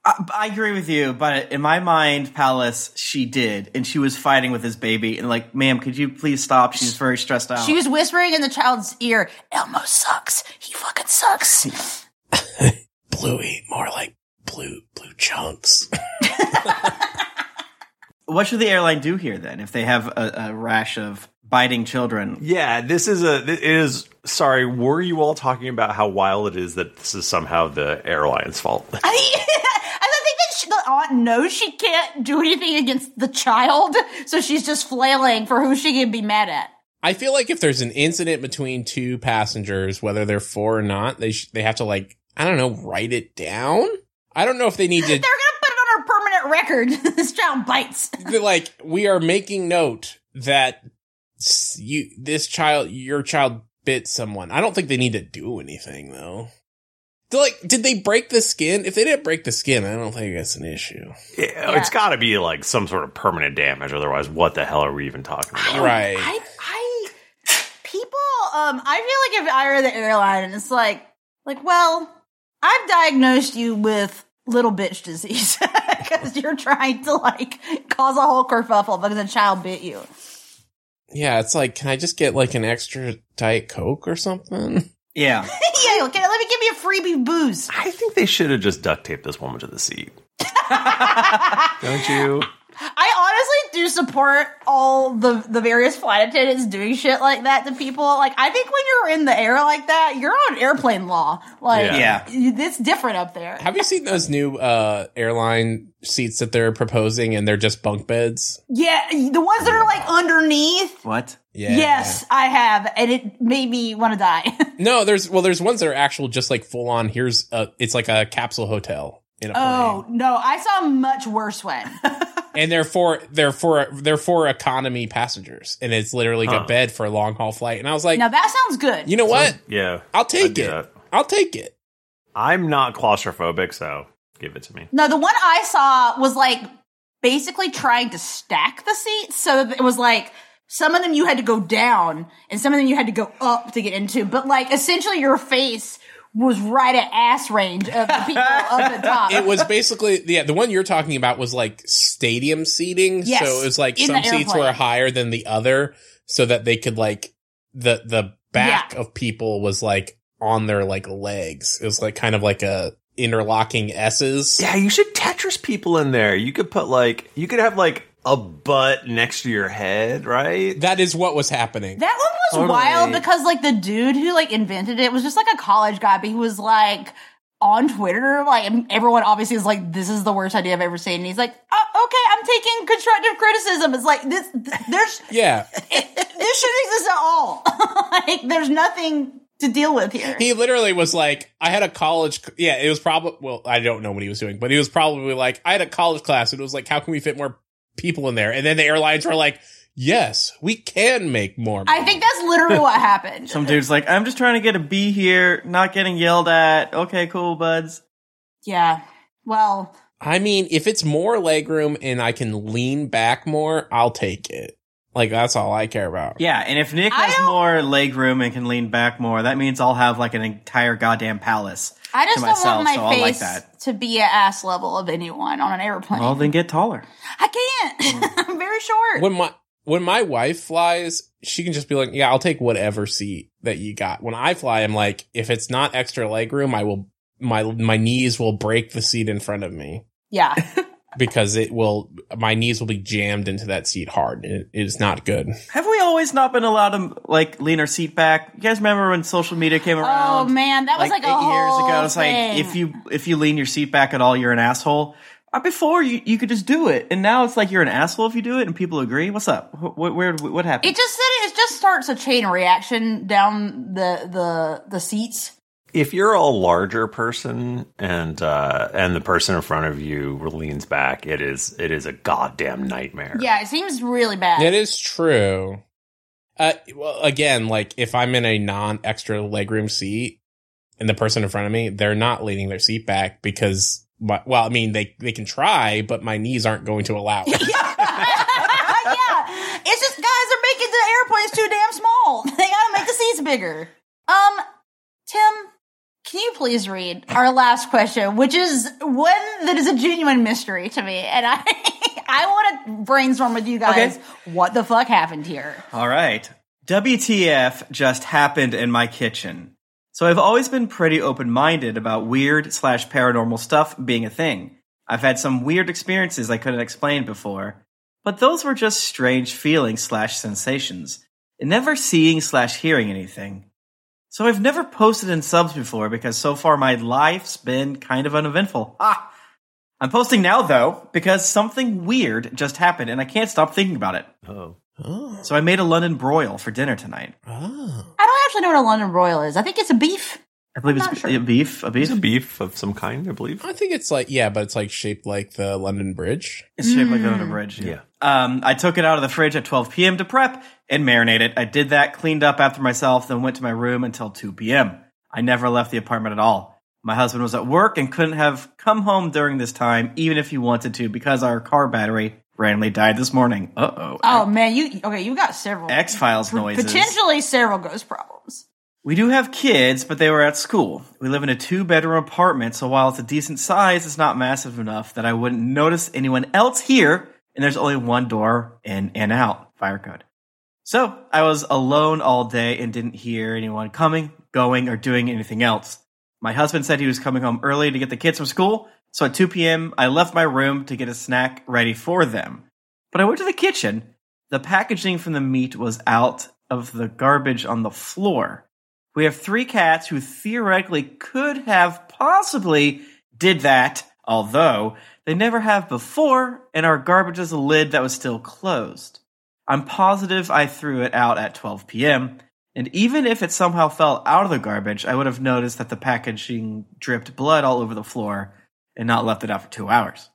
S5: I, I agree with you, but in my mind, Palace, she did, and she was fighting with his baby, and like, ma'am, could you please stop? She's very stressed out.
S2: She was whispering in the child's ear, Elmo sucks. He fucking sucks.
S4: Bluey, more like blue blue chunks.
S5: what should the airline do here then if they have a, a rash of biting children?
S3: Yeah, this is a this is sorry, were you all talking about how wild it is that this is somehow the airline's fault?
S2: I, I don't think that she, the aunt knows she can't do anything against the child, so she's just flailing for who she can be mad at.
S4: I feel like if there's an incident between two passengers, whether they're four or not, they sh- they have to like I don't know, write it down. I don't know if they need
S2: They're
S4: to.
S2: gonna put it on our permanent record. this child bites.
S4: they're like we are making note that s- you this child your child bit someone. I don't think they need to do anything though. They're like, did they break the skin? If they didn't break the skin, I don't think that's an issue.
S3: Yeah, It's got to be like some sort of permanent damage. Otherwise, what the hell are we even talking about?
S4: Right.
S2: I, I, people, um, I feel like if I were the airline and it's like, like, well, I've diagnosed you with little bitch disease because you're trying to like cause a whole kerfuffle because a child bit you.
S4: Yeah, it's like, can I just get like an extra Diet Coke or something?
S5: Yeah.
S2: yeah, okay, let me give you a freebie booze.
S3: I think they should have just duct taped this woman to the seat. Don't you?
S2: I honestly do support all the the various flight attendants doing shit like that to people. Like, I think when you're in the air like that, you're on airplane law. Like,
S5: Yeah.
S2: you- it's different up there.
S4: Have you seen those new uh airline seats that they're proposing and they're just bunk beds?
S2: Yeah, the ones that are like underneath.
S5: What?
S4: Yeah.
S2: Yes, I have, and it made me want to die.
S4: No, there's well there's ones that are actual just like full on here's a it's like a capsule hotel in a plane.
S2: oh no, I saw a much worse one.
S4: And they're for they're for they're for economy passengers and it's literally like
S3: Huh.
S4: a bed for a long haul flight. And I was like,
S2: now that sounds good.
S4: you know what?
S3: Yeah.
S4: I'll take
S3: I'd do
S4: it.
S3: that.
S4: I'll take it.
S3: I'm not claustrophobic, so give it to me.
S2: no, the one I saw was like basically trying to stack the seats, so that it was like some of them you had to go down, and some of them you had to go up to get into. But like essentially, your face was right at ass range of the people up at top.
S4: it was basically yeah the one you're talking about was like stadium seating
S2: Yes,
S4: so it was like
S2: in
S4: some
S2: the
S4: seats
S2: airplane.
S4: were higher than the other so that they could like the the back of people was like on their like legs it was like kind of like a interlocking s's
S3: Yeah, you should Tetris people in there. You could put like, you could have like a butt next to your head, right?
S4: that is what was happening
S2: That one was
S3: Totally.
S2: wild because like the dude who like invented it was just like a college guy, but he was like on Twitter, like everyone obviously is like, "This is the worst idea I've ever seen," and he's like, oh, "Okay, I'm taking constructive criticism." It's like this, th- there's
S4: yeah
S2: this shouldn't exist at all. like, there's nothing to deal with here.
S4: he literally was like i had a college yeah it was probably well i don't know what he was doing but he was probably like i had a college class and it was like how can we fit more people in there and then the airlines were like yes we can make more
S2: I think that's literally what happened.
S5: Some dude's like, I'm just trying to get a B here, not getting yelled at. Okay, cool, buds.
S2: Yeah. Well,
S4: I mean, if it's more legroom and I can lean back more, I'll take it. Like that's all I care about.
S5: Yeah, and if Nick
S2: I
S5: has
S2: don't-
S5: more leg room and can lean back more, that means I'll have like an entire goddamn palace.
S2: I just
S5: To
S2: don't want
S5: myself,
S2: my
S5: so I'll like
S2: face
S5: that.
S2: to be at ass level of anyone on an airplane.
S5: Well, then get taller.
S2: I can't. I'm very short.
S4: When my when my wife flies, she can just be like, "Yeah, I'll take whatever seat that you got." When I fly, I'm like, if it's not extra legroom, I will my my knees will break the seat in front of me
S2: yeah.
S4: because it will my knees will be jammed into that seat hard. It- it is not good.
S5: Have we always not been allowed to like lean our seat back? You guys remember when social media came
S2: Oh
S5: around?
S2: man, that was like, a
S5: eight
S2: whole
S5: years ago. It's
S2: thing.
S5: like if you if you lean your seat back at all, you're an asshole. Uh, Before you, you could just do it, and now it's like you're an asshole if you do it, and people agree. What's up? Wh- wh- where what happened?
S2: it just said it just starts a chain reaction down the the the seats.
S3: If you're a larger person and uh and the person in front of you leans back, it is it is a goddamn nightmare.
S2: Yeah, it seems really bad.
S4: It is true. Uh, well, again, like if I'm in a non-extra legroom seat, and the person in front of me, they're not leaning their seat back because, my, well, I mean, they they can try, but my knees aren't going to allow it.
S2: yeah, it's just guys are making the airplanes too damn small. They gotta make the seats bigger. Um, Tim, can you please read our last question, which is one that is a genuine mystery to me, and I I want to brainstorm with you guys
S5: Okay.
S2: what the fuck happened here.
S5: All right. WTF just happened in my kitchen. So I've always been pretty open minded about weird slash paranormal stuff being a thing. I've had some weird experiences I couldn't explain before, but those were just strange feelings slash sensations, and never seeing slash hearing anything. So I've never posted in subs before because so far my life's been kind of uneventful. Ah! I'm posting now though because something weird just happened and I can't stop thinking about it.
S3: Oh.
S4: Oh.
S5: So I made a London broil for dinner tonight.
S4: Oh.
S2: I don't actually know what a London broil is. I think it's a beef.
S5: I believe it's
S2: Not
S5: b-
S2: sure.
S5: a beef. A beef.
S3: It's a beef of some kind, I believe.
S4: I think it's like yeah, but it's like shaped like the London Bridge.
S5: It's shaped like a
S2: Mm.
S5: London bridge.
S3: Yeah.
S5: Um, I took it out of the fridge at 12 p.m. to prep and marinate it. I did that, cleaned up after myself, then went to my room until 2 p.m. I never left the apartment at all. My husband was at work and couldn't have come home during this time, even if he wanted to, because our car battery randomly died this morning. Uh oh.
S2: Oh man, you okay? You got several
S5: X Files noises.
S2: potentially several ghost problems.
S5: We do have kids, but they were at school. We live in a two bedroom apartment, so while it's a decent size, it's not massive enough that I wouldn't notice anyone else here, and there's only one door in and out fire code. So I was alone all day and didn't hear anyone coming, going, or doing anything else. My husband said he was coming home early to get the kids from school, so at 2 p.m., I left my room to get a snack ready for them. But I went to the kitchen. The packaging from the meat was out of the garbage on the floor. We have three cats who theoretically could have possibly did that, although they never have before, and our garbage is a lid that was still closed. I'm positive I threw it out at 12 p.m., and even if it somehow fell out of the garbage, I would have noticed that the packaging dripped blood all over the floor and not left it out for two hours.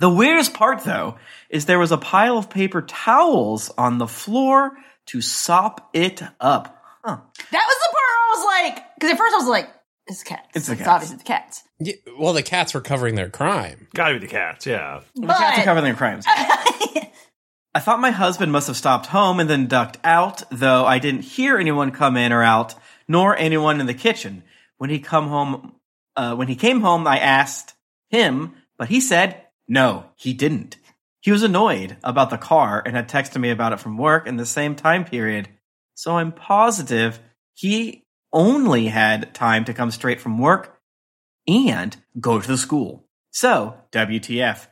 S5: The weirdest part, though, is there was a pile of paper towels on the floor to sop it up. Huh.
S2: That was the part I was like, because at first I was like, "It's cats.
S5: It's the cats.
S2: obviously the cats."
S4: Yeah, well, the cats were covering their crime.
S3: Gotta be the cats, yeah.
S5: The cats are
S2: But
S5: covering their crimes. I thought my husband must have stopped home and then ducked out, though I didn't hear anyone come in or out, nor anyone in the kitchen. When he come home, uh, when he came home, I asked him, but he said no, he didn't. He was annoyed about the car and had texted me about it from work in the same time period. So I'm positive he only had time to come straight from work and go to the school. So, WTF.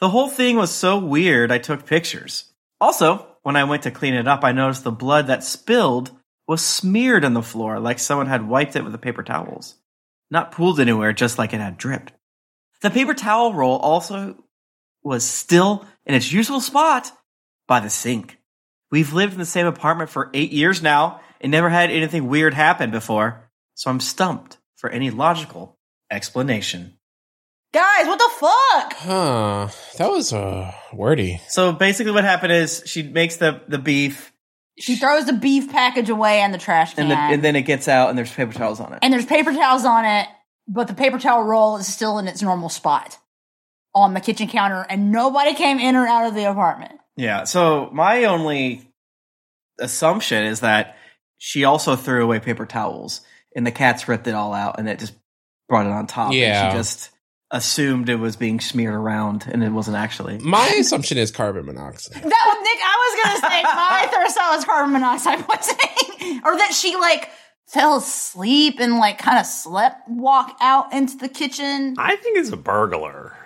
S5: The whole thing was so weird, I took pictures. Also, when I went to clean it up, I noticed the blood that spilled was smeared on the floor like someone had wiped it with the paper towels. Not pooled anywhere, just like it had dripped. The paper towel roll also was still in its usual spot by the sink. We've lived in the same apartment for eight years now and never had anything weird happen before, so I'm stumped for any logical explanation.
S2: guys, what the fuck?
S4: Huh. That was uh wordy.
S5: So basically, what happened is she makes the, the beef,
S2: She throws the beef package away in the trash can,
S5: and, the, and then it gets out, and there's paper towels on it.
S2: and there's paper towels on it, but the paper towel roll is still in its normal spot on the kitchen counter, and nobody came in or out of the apartment.
S5: yeah. So my only assumption is that she also threw away paper towels, and the cats ripped it all out, and it just brought it on top. and
S4: Yeah.
S5: she just assumed it was being smeared around, and it wasn't actually.
S2: Mm.
S4: My assumption is carbon
S2: That
S4: monoxide.
S2: was Nick. I was gonna say my third thought was carbon monoxide poisoning, or that she like fell asleep and like kind of slept walk out into the kitchen.
S3: I think it's a burglar.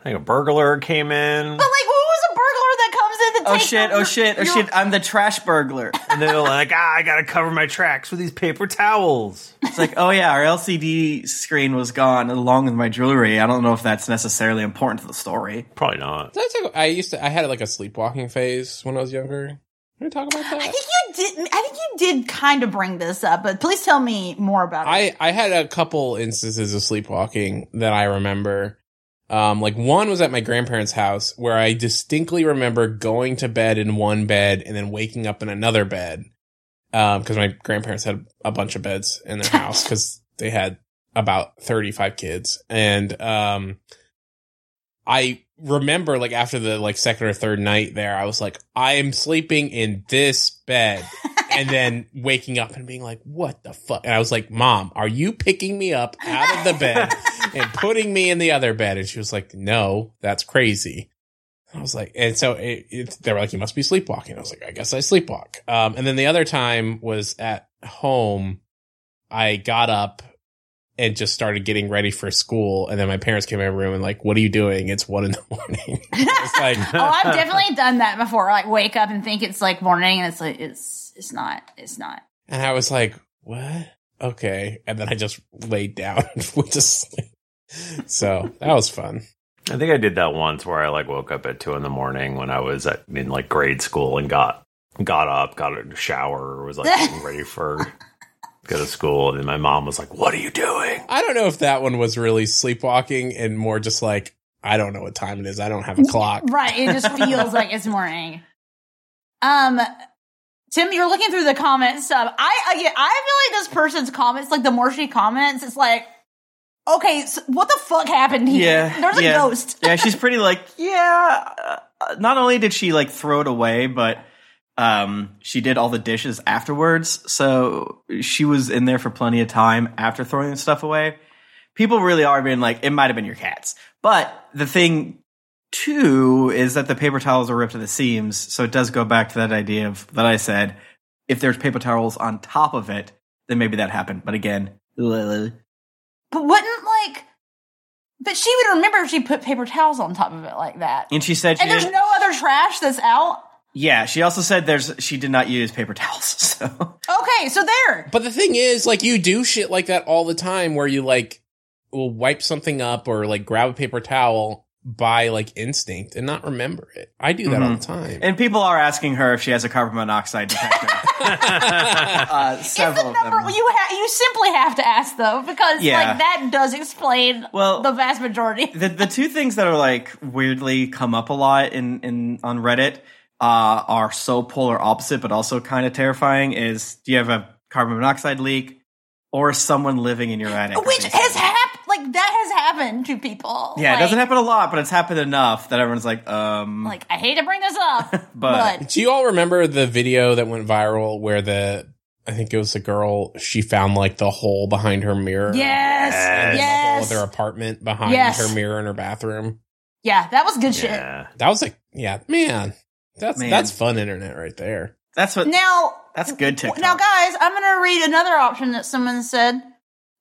S3: I think a burglar came in
S2: But like, what was a burglar that comes in to
S5: Oh
S2: take
S5: shit!
S2: over
S5: Oh shit! Oh
S2: your-
S5: shit! I'm the trash burglar.
S3: and they were like, ah, I gotta cover my tracks with these paper towels.
S5: It's like, oh yeah, our LCD screen was gone along with my jewelry. I don't know if that's necessarily important to the story.
S3: Probably not.
S4: Did I, talk, I used to. I had like a sleepwalking phase when I was younger. Did we talk about
S2: I
S4: that?
S2: think you did. I think you did kind of bring this up, but please tell me more about it.
S4: I I had a couple instances of sleepwalking that I remember. Um, like one was at my grandparents' house where I distinctly remember going to bed in one bed and then waking up in another bed. Um, because my grandparents had a bunch of beds in their house because they had about 35 kids. And, um, I remember like after the like second or third night there, I was like, I am sleeping in this bed and then waking up and being like, what the fuck? And I was like, mom, are you picking me up out of the bed and putting me in the other bed? And she was like, no, that's crazy. I was like, and so it, it, they were like, you must be sleepwalking. I was like, I guess I sleepwalk. Um, and then the other time was at home. I got up and just started getting ready for school. And then my parents came in my room and like, what are you doing? It's one in the morning. it's like,
S2: oh, I've definitely done that before. Like, wake up and think it's like morning, and it's like it's it's not. It's not.
S4: and I was like, what? Okay. And then I just laid down and went to sleep. So that was fun.
S3: I think I did that once where I like woke up at two in the morning when I was at, in like grade school and got got up, got a shower, was like getting ready for go to school, and then my mom was like, "What are you doing?"
S4: I don't know if that one was really sleepwalking and more just like, I don't know what time it is. I don't have a clock.
S2: Right. It just feels like it's morning. Um, Tim, you're looking through the comments. Um, I again, I feel like this person's comments, like the more she comments, it's like, okay, so what the fuck happened here?
S5: Yeah,
S2: There's a
S5: yeah.
S2: ghost.
S5: yeah, she's pretty like yeah. uh, Not only did she like throw it away, but um, she did all the dishes afterwards, so she was in there for plenty of time after throwing the stuff away. People really are being like, it might have been your cats, but the thing too is that the paper towels are ripped to the seams, so it does go back to that idea of that I said. If there's paper towels on top of it, then maybe that happened. But again,
S2: But wouldn't like, but she would remember if she put paper towels on top of it like that.
S5: and she said she
S2: And there's
S5: didn't-
S2: no other trash that's out.
S5: Yeah, she also said there's she did not use paper towels. So
S2: Okay, so there.
S4: But the thing is, like, you do shit like that all the time where you, like, will wipe something up or, like, grab a paper towel by, like, instinct and not remember it. I do that all the time.
S5: and people are asking her if she has a carbon monoxide detector. uh,
S2: It's
S5: several
S2: the
S5: of
S2: number
S5: them.
S2: you ha- you simply have to ask though because
S5: Yeah.
S2: like that does explain
S5: Well-
S2: the vast majority.
S5: the the two things that are like weirdly come up a lot in in on Reddit uh, are so polar opposite, but also kind of terrifying. Is do you have a carbon monoxide leak or someone living in your attic? or
S2: Which
S5: basement?
S2: has happened, like that has happened to people.
S5: yeah,
S2: like,
S5: it doesn't happen a lot, but it's happened enough that everyone's like, um,
S2: Like I hate to bring this up, but,
S5: But-
S4: Do you all remember the video that went viral where the, I think it was the girl, she found, like, the hole behind her mirror?
S2: yes,
S4: And
S2: yes,
S4: the hole of their apartment behind
S2: Yes.
S4: her mirror in her bathroom.
S2: yeah, that was good shit.
S3: yeah,
S4: That was like, yeah, man, that's
S5: Man.
S4: that's fun internet right there.
S5: that's what
S2: Now,
S5: that's good TikTok.
S2: now, guys, I'm gonna read another option that someone said.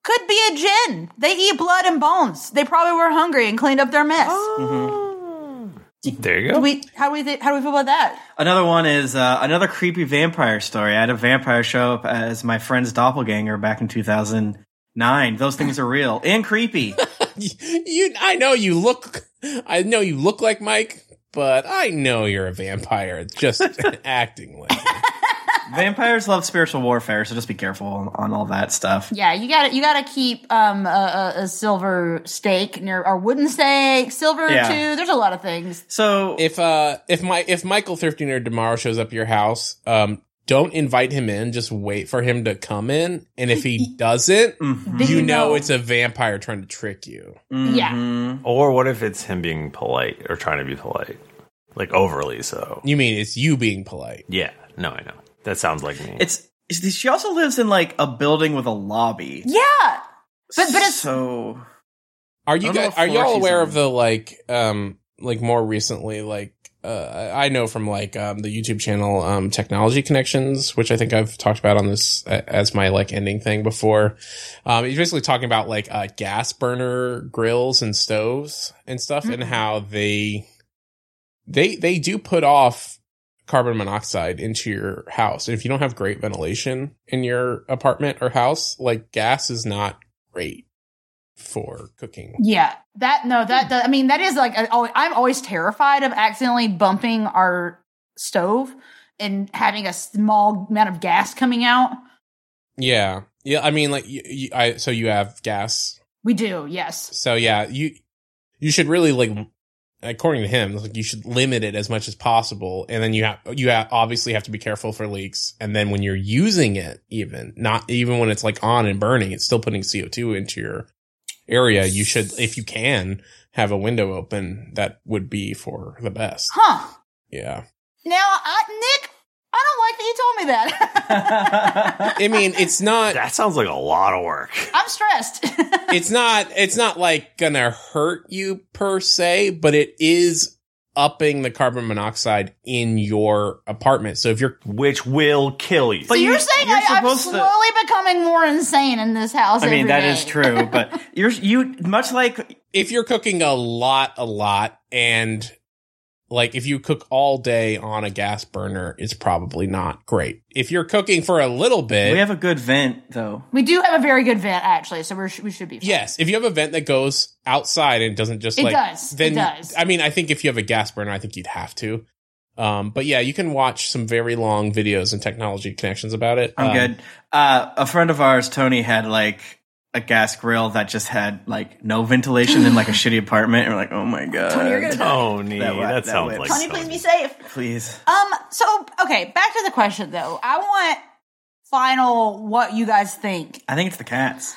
S2: Could be a gin. They eat blood and bones. They probably were hungry and cleaned up their mess.
S3: Oh. Mm-hmm. there you
S2: Oh. Do
S3: go.
S2: we, how do we thi- how do we feel about that?
S5: Another one is uh, another creepy vampire story. I had a vampire show up as my friend's doppelganger back in 2009. Those things are real and creepy.
S4: You, I know you look, I know you look like Mike, but I know you're a vampire. It's just acting like. it.
S5: Vampires love spiritual warfare, so just be careful on, on all that stuff.
S2: Yeah, you got to you got to keep um, a, a, a silver stake near or wooden stake, silver
S5: Yeah.
S2: too. There's a lot of things.
S5: So,
S4: If uh, if my if Michael Thrifty Nerd tomorrow shows up at your house, um, don't invite him in. Just wait for him to come in, and if he doesn't,
S5: Mhm.
S2: Then
S4: you know it's a vampire trying to trick you.
S2: yeah.
S5: Mhm.
S3: Or what if it's him being polite or trying to be polite, like overly so?
S4: You mean it's you being polite?
S3: Yeah, no, I know that sounds like me.
S5: it's she also lives in like a building with a lobby.
S2: Yeah, but but it's
S5: so
S4: Are you
S5: I don't know
S4: guys,
S5: what
S4: are
S5: floor
S4: y'all
S5: she's
S4: aware of
S5: on.
S4: the like um like more recently like uh I I know from like um the YouTube channel um Technology Connections, which I think I've talked about on this a- as my like ending thing before. Um he's basically talking about like uh gas burner grills and stoves and stuff and
S2: Mhm.
S4: how they they they do put off carbon monoxide into your house. And if you don't have great ventilation in your apartment or house, like gas is not great for cooking.
S2: yeah that no that does, I mean that is like a, al- I'm always terrified of accidentally bumping our stove and having a small amount of gas coming out.
S4: Yeah. Yeah. I mean, like, you, you, I, so you have gas.
S2: We do, yes.
S4: So yeah, you, you should really like, according to him, like you should limit it as much as possible. And then you have, you have, obviously have to be careful for leaks. And then when you're using it, even not even when it's like on and burning, it's still putting CO2 into your area. You should, if you can have a window open, that would be for the best.
S2: Huh.
S4: Yeah.
S2: Now, I, Nick, I don't like that you told me that.
S4: I mean, it's not,
S3: that sounds like a lot of work.
S2: I'm stressed.
S4: it's not it's not like gonna hurt you per se, but it is upping the carbon monoxide in your apartment. So if you're
S3: Which will kill you.
S5: But
S2: so
S5: you-
S2: you're saying
S5: you're
S2: I, I'm
S5: supposed to-
S2: slowly becoming more insane in this house.
S5: I mean
S2: every
S5: that is
S2: day.
S5: true, but you're you much like
S4: if you're cooking a lot, a lot, and like if you cook all day on a gas burner, it's probably not great. If you're cooking for a little bit,
S5: We have a good vent though.
S2: We do have a very good vent, actually, so we're, we should be fine.
S4: Yes, if you have a vent that goes outside and doesn't just
S2: It
S4: like
S2: does. It
S4: then
S2: does.
S4: I mean, I think if you have a gas burner, I think you'd have to. Um, but yeah, you can watch some very long videos and technology connections about it.
S5: I'm
S4: Um,
S5: good. Uh, a friend of ours, Tony, had like a gas grill that just had like no ventilation in like a shitty apartment, and we're like, oh my god,
S2: Tony, you're gonna die.
S3: Tony,
S5: That
S3: that,
S5: wa- that
S3: sounds
S5: whip.
S3: like
S2: Tony, please be safe.
S5: please.
S2: Um, so okay, back to the question though. I want final what you guys think.
S5: I think it's the cats.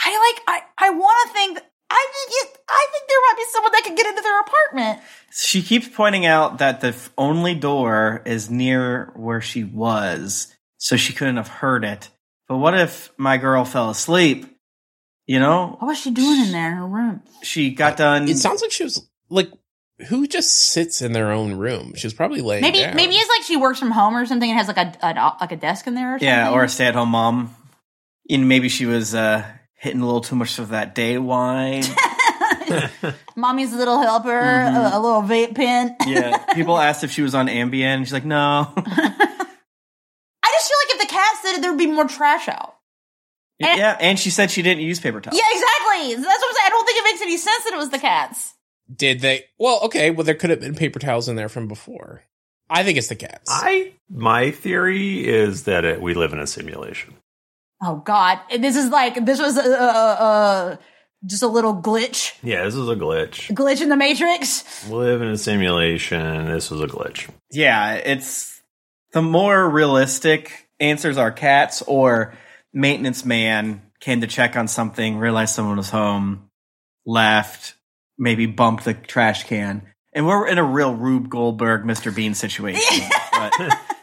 S2: I like I I want to think I think it, I think there might be someone that could get into their apartment.
S5: She keeps pointing out that the f- only door is near where she was, so she couldn't have heard it. But what if my girl fell asleep? You know,
S2: What was she doing in there in her room?
S5: she
S2: Uh,
S5: got done.
S2: Mm.
S4: It sounds like she was like, who just sits in their own room? She was probably laying.
S2: Maybe
S4: down.
S2: maybe it's like she works from home or something and has like a, a like a desk in there or something.
S5: yeah, or a stay at home mom. And maybe she was uh, hitting a little too much of that day wine.
S2: mommy's little helper, a, a little vape pen.
S5: Mm-hmm. yeah. People asked if she was on Ambien. She's like, no.
S2: I just feel like if the cat said it, there would be more trash out.
S5: yeah. And she said she didn't use paper towels.
S2: Yeah, exactly. That's what I'm saying. I don't think it makes any sense that it was the cats.
S4: did they? Well, okay. Well, there could have been paper towels in there from before. I think it's the cats.
S3: I my theory is that it, we live in a simulation.
S2: Oh God! And This is like this was uh, uh, uh, just a little glitch,
S3: Yeah, this is a glitch.
S2: glitch in the matrix.
S3: We live in a simulation. This was a glitch.
S5: Yeah, it's the more realistic answers are cats or maintenance man came to check on something, realized someone was home, left, maybe bumped the trash can. And we're in a real Rube Goldberg, Mr. Bean situation. but,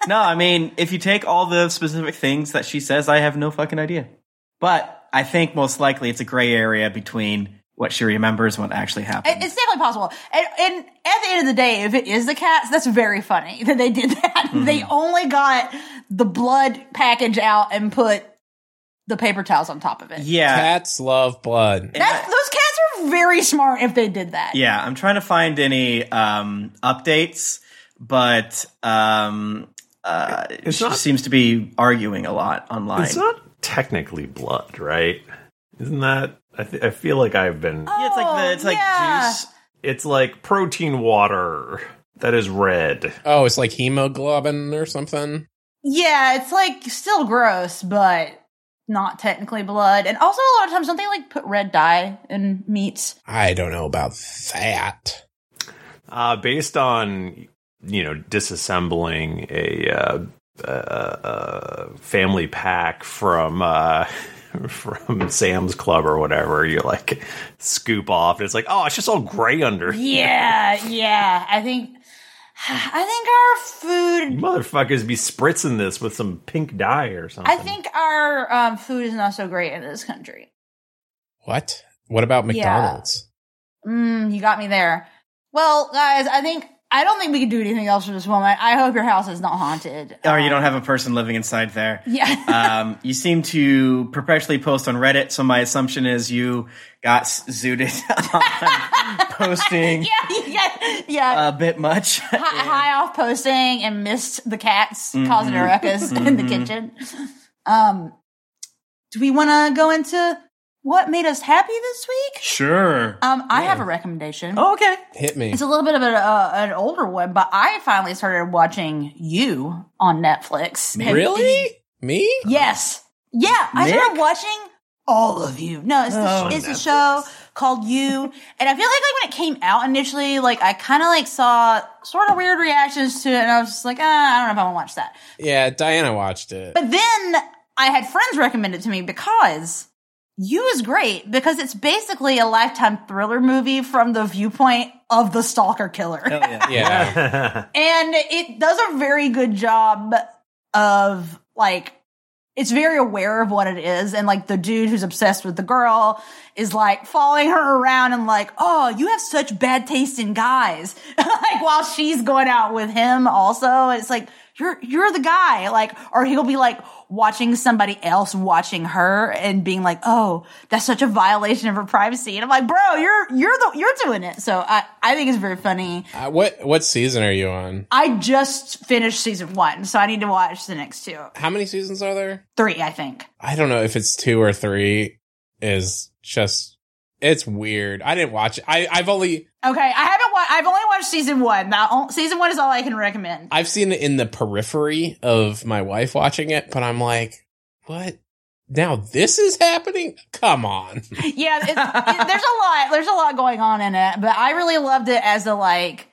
S5: no, I mean, if you take all the specific things that she says, I have no fucking idea. But I think most likely it's a gray area between what she remembers and what actually happened.
S2: It- It's definitely possible. And, and at the end of the day, if it is the cats, that's very funny that they did that.
S5: Mm-hmm.
S2: They only got the blood package out and put the paper towels on top of it.
S5: yeah.
S4: Cats love blood.
S2: That's, those cats are very smart if they did that.
S5: Yeah, I'm trying to find any um, updates, but um, uh,
S3: It's
S5: she
S3: not-
S5: seems to be arguing a lot online.
S3: It's not technically blood, right? Isn't that? I, th- I feel like I've been.
S5: yeah, it's like the, it's like
S2: Oh, yeah.
S5: juice.
S3: It's like protein water that is red.
S4: Oh, it's like hemoglobin or something.
S2: Yeah, it's like still gross, but not technically blood. And also, a lot of times, don't they like put red dye in meats?
S4: I don't know about that.
S3: Uh, based on you know disassembling a uh, uh, uh, family pack from uh, from Sam's Club or whatever, you like scoop off, and it's like, oh, it's just all gray under.
S2: Yeah, yeah. I think, I think our
S3: You
S2: food.
S3: motherfuckers be spritzing this with some pink dye or something.
S2: I think our um, food is not so great in this country.
S4: What? What about
S2: Yeah.
S4: McDonald's?
S2: Mm, you got me there. Well, guys, I think I don't think we can do anything else for this woman. I hope your house is not haunted.
S5: Or Oh, you don't have a person living inside there.
S2: Yeah.
S5: um, you seem to perpetually post on Reddit, so my assumption is you got s- zooted on posting
S2: yeah, yeah, yeah.
S5: a bit much.
S2: Hi, high off posting and missed the cats causing a ruckus in the kitchen. Um, do we want to go into what made us happy this week?
S5: sure.
S2: Um, I have a recommendation.
S5: Oh, okay.
S4: Hit me.
S2: It's a little bit of a, uh, an older one, but I finally started watching you on Netflix. Have-
S4: Really? Me?
S2: Yes. Yeah, I started
S5: Nick?
S2: watching all of you. No, it's,
S5: Oh.
S2: the, it's a show called You, and I feel like like when it came out initially, like I kind of like saw sort of weird reactions to it, and I was just like, ah, I don't know if I want to watch that.
S4: Yeah, Diana watched it.
S2: But then I had friends recommend it to me because You is great because it's basically a lifetime thriller movie from the viewpoint of the stalker killer.
S5: Hell yeah.
S4: Yeah.
S2: And it does a very good job of like it's very aware of what it is and like the dude who's obsessed with the girl is like following her around and like, "Oh, you have such bad taste in guys." like while she's going out with him also. And it's like you're you're the guy like or he'll be like watching somebody else watching her and being like oh that's such a violation of her privacy and i'm like bro you're you're the you're doing it so i i think it's very funny
S4: Uh, what what season are you on?
S2: i just finished season one so i need to watch the next two
S4: How many seasons are there?
S2: three i think
S4: I don't know if it's two or three. Is just it's weird. I didn't watch. It. I I've only
S2: okay i haven't wa- i've only watched season one now season one is all i can recommend
S4: I've seen it in the periphery of my wife watching it, but I'm like, what? Now this is happening? Come on.
S2: yeah, it's, it, there's a lot. There's a lot going on in it, but I really loved it as a like,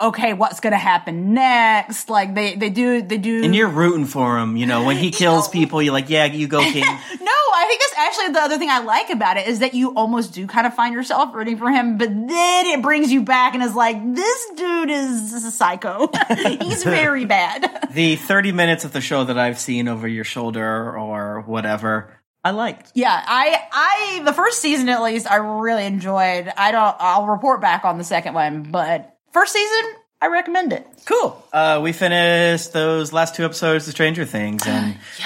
S2: okay, what's gonna happen next? Like they they do they do.
S5: And you're rooting for him, you know, when he kills people, you're like, yeah, you go, King.
S2: no, I think that's actually the other thing I like about it is that you almost do kind of find yourself rooting for him, but then it brings you back and is like, this dude is, is a psycho. He's very bad.
S5: the 30 minutes of the show that I've seen over your shoulder or whatever, I liked.
S2: yeah, I I the first season at least I really enjoyed. I don't. I'll report back on the second one, but first season I recommend it.
S5: Cool. Uh, we finished those last two episodes of Stranger Things,
S2: Ah,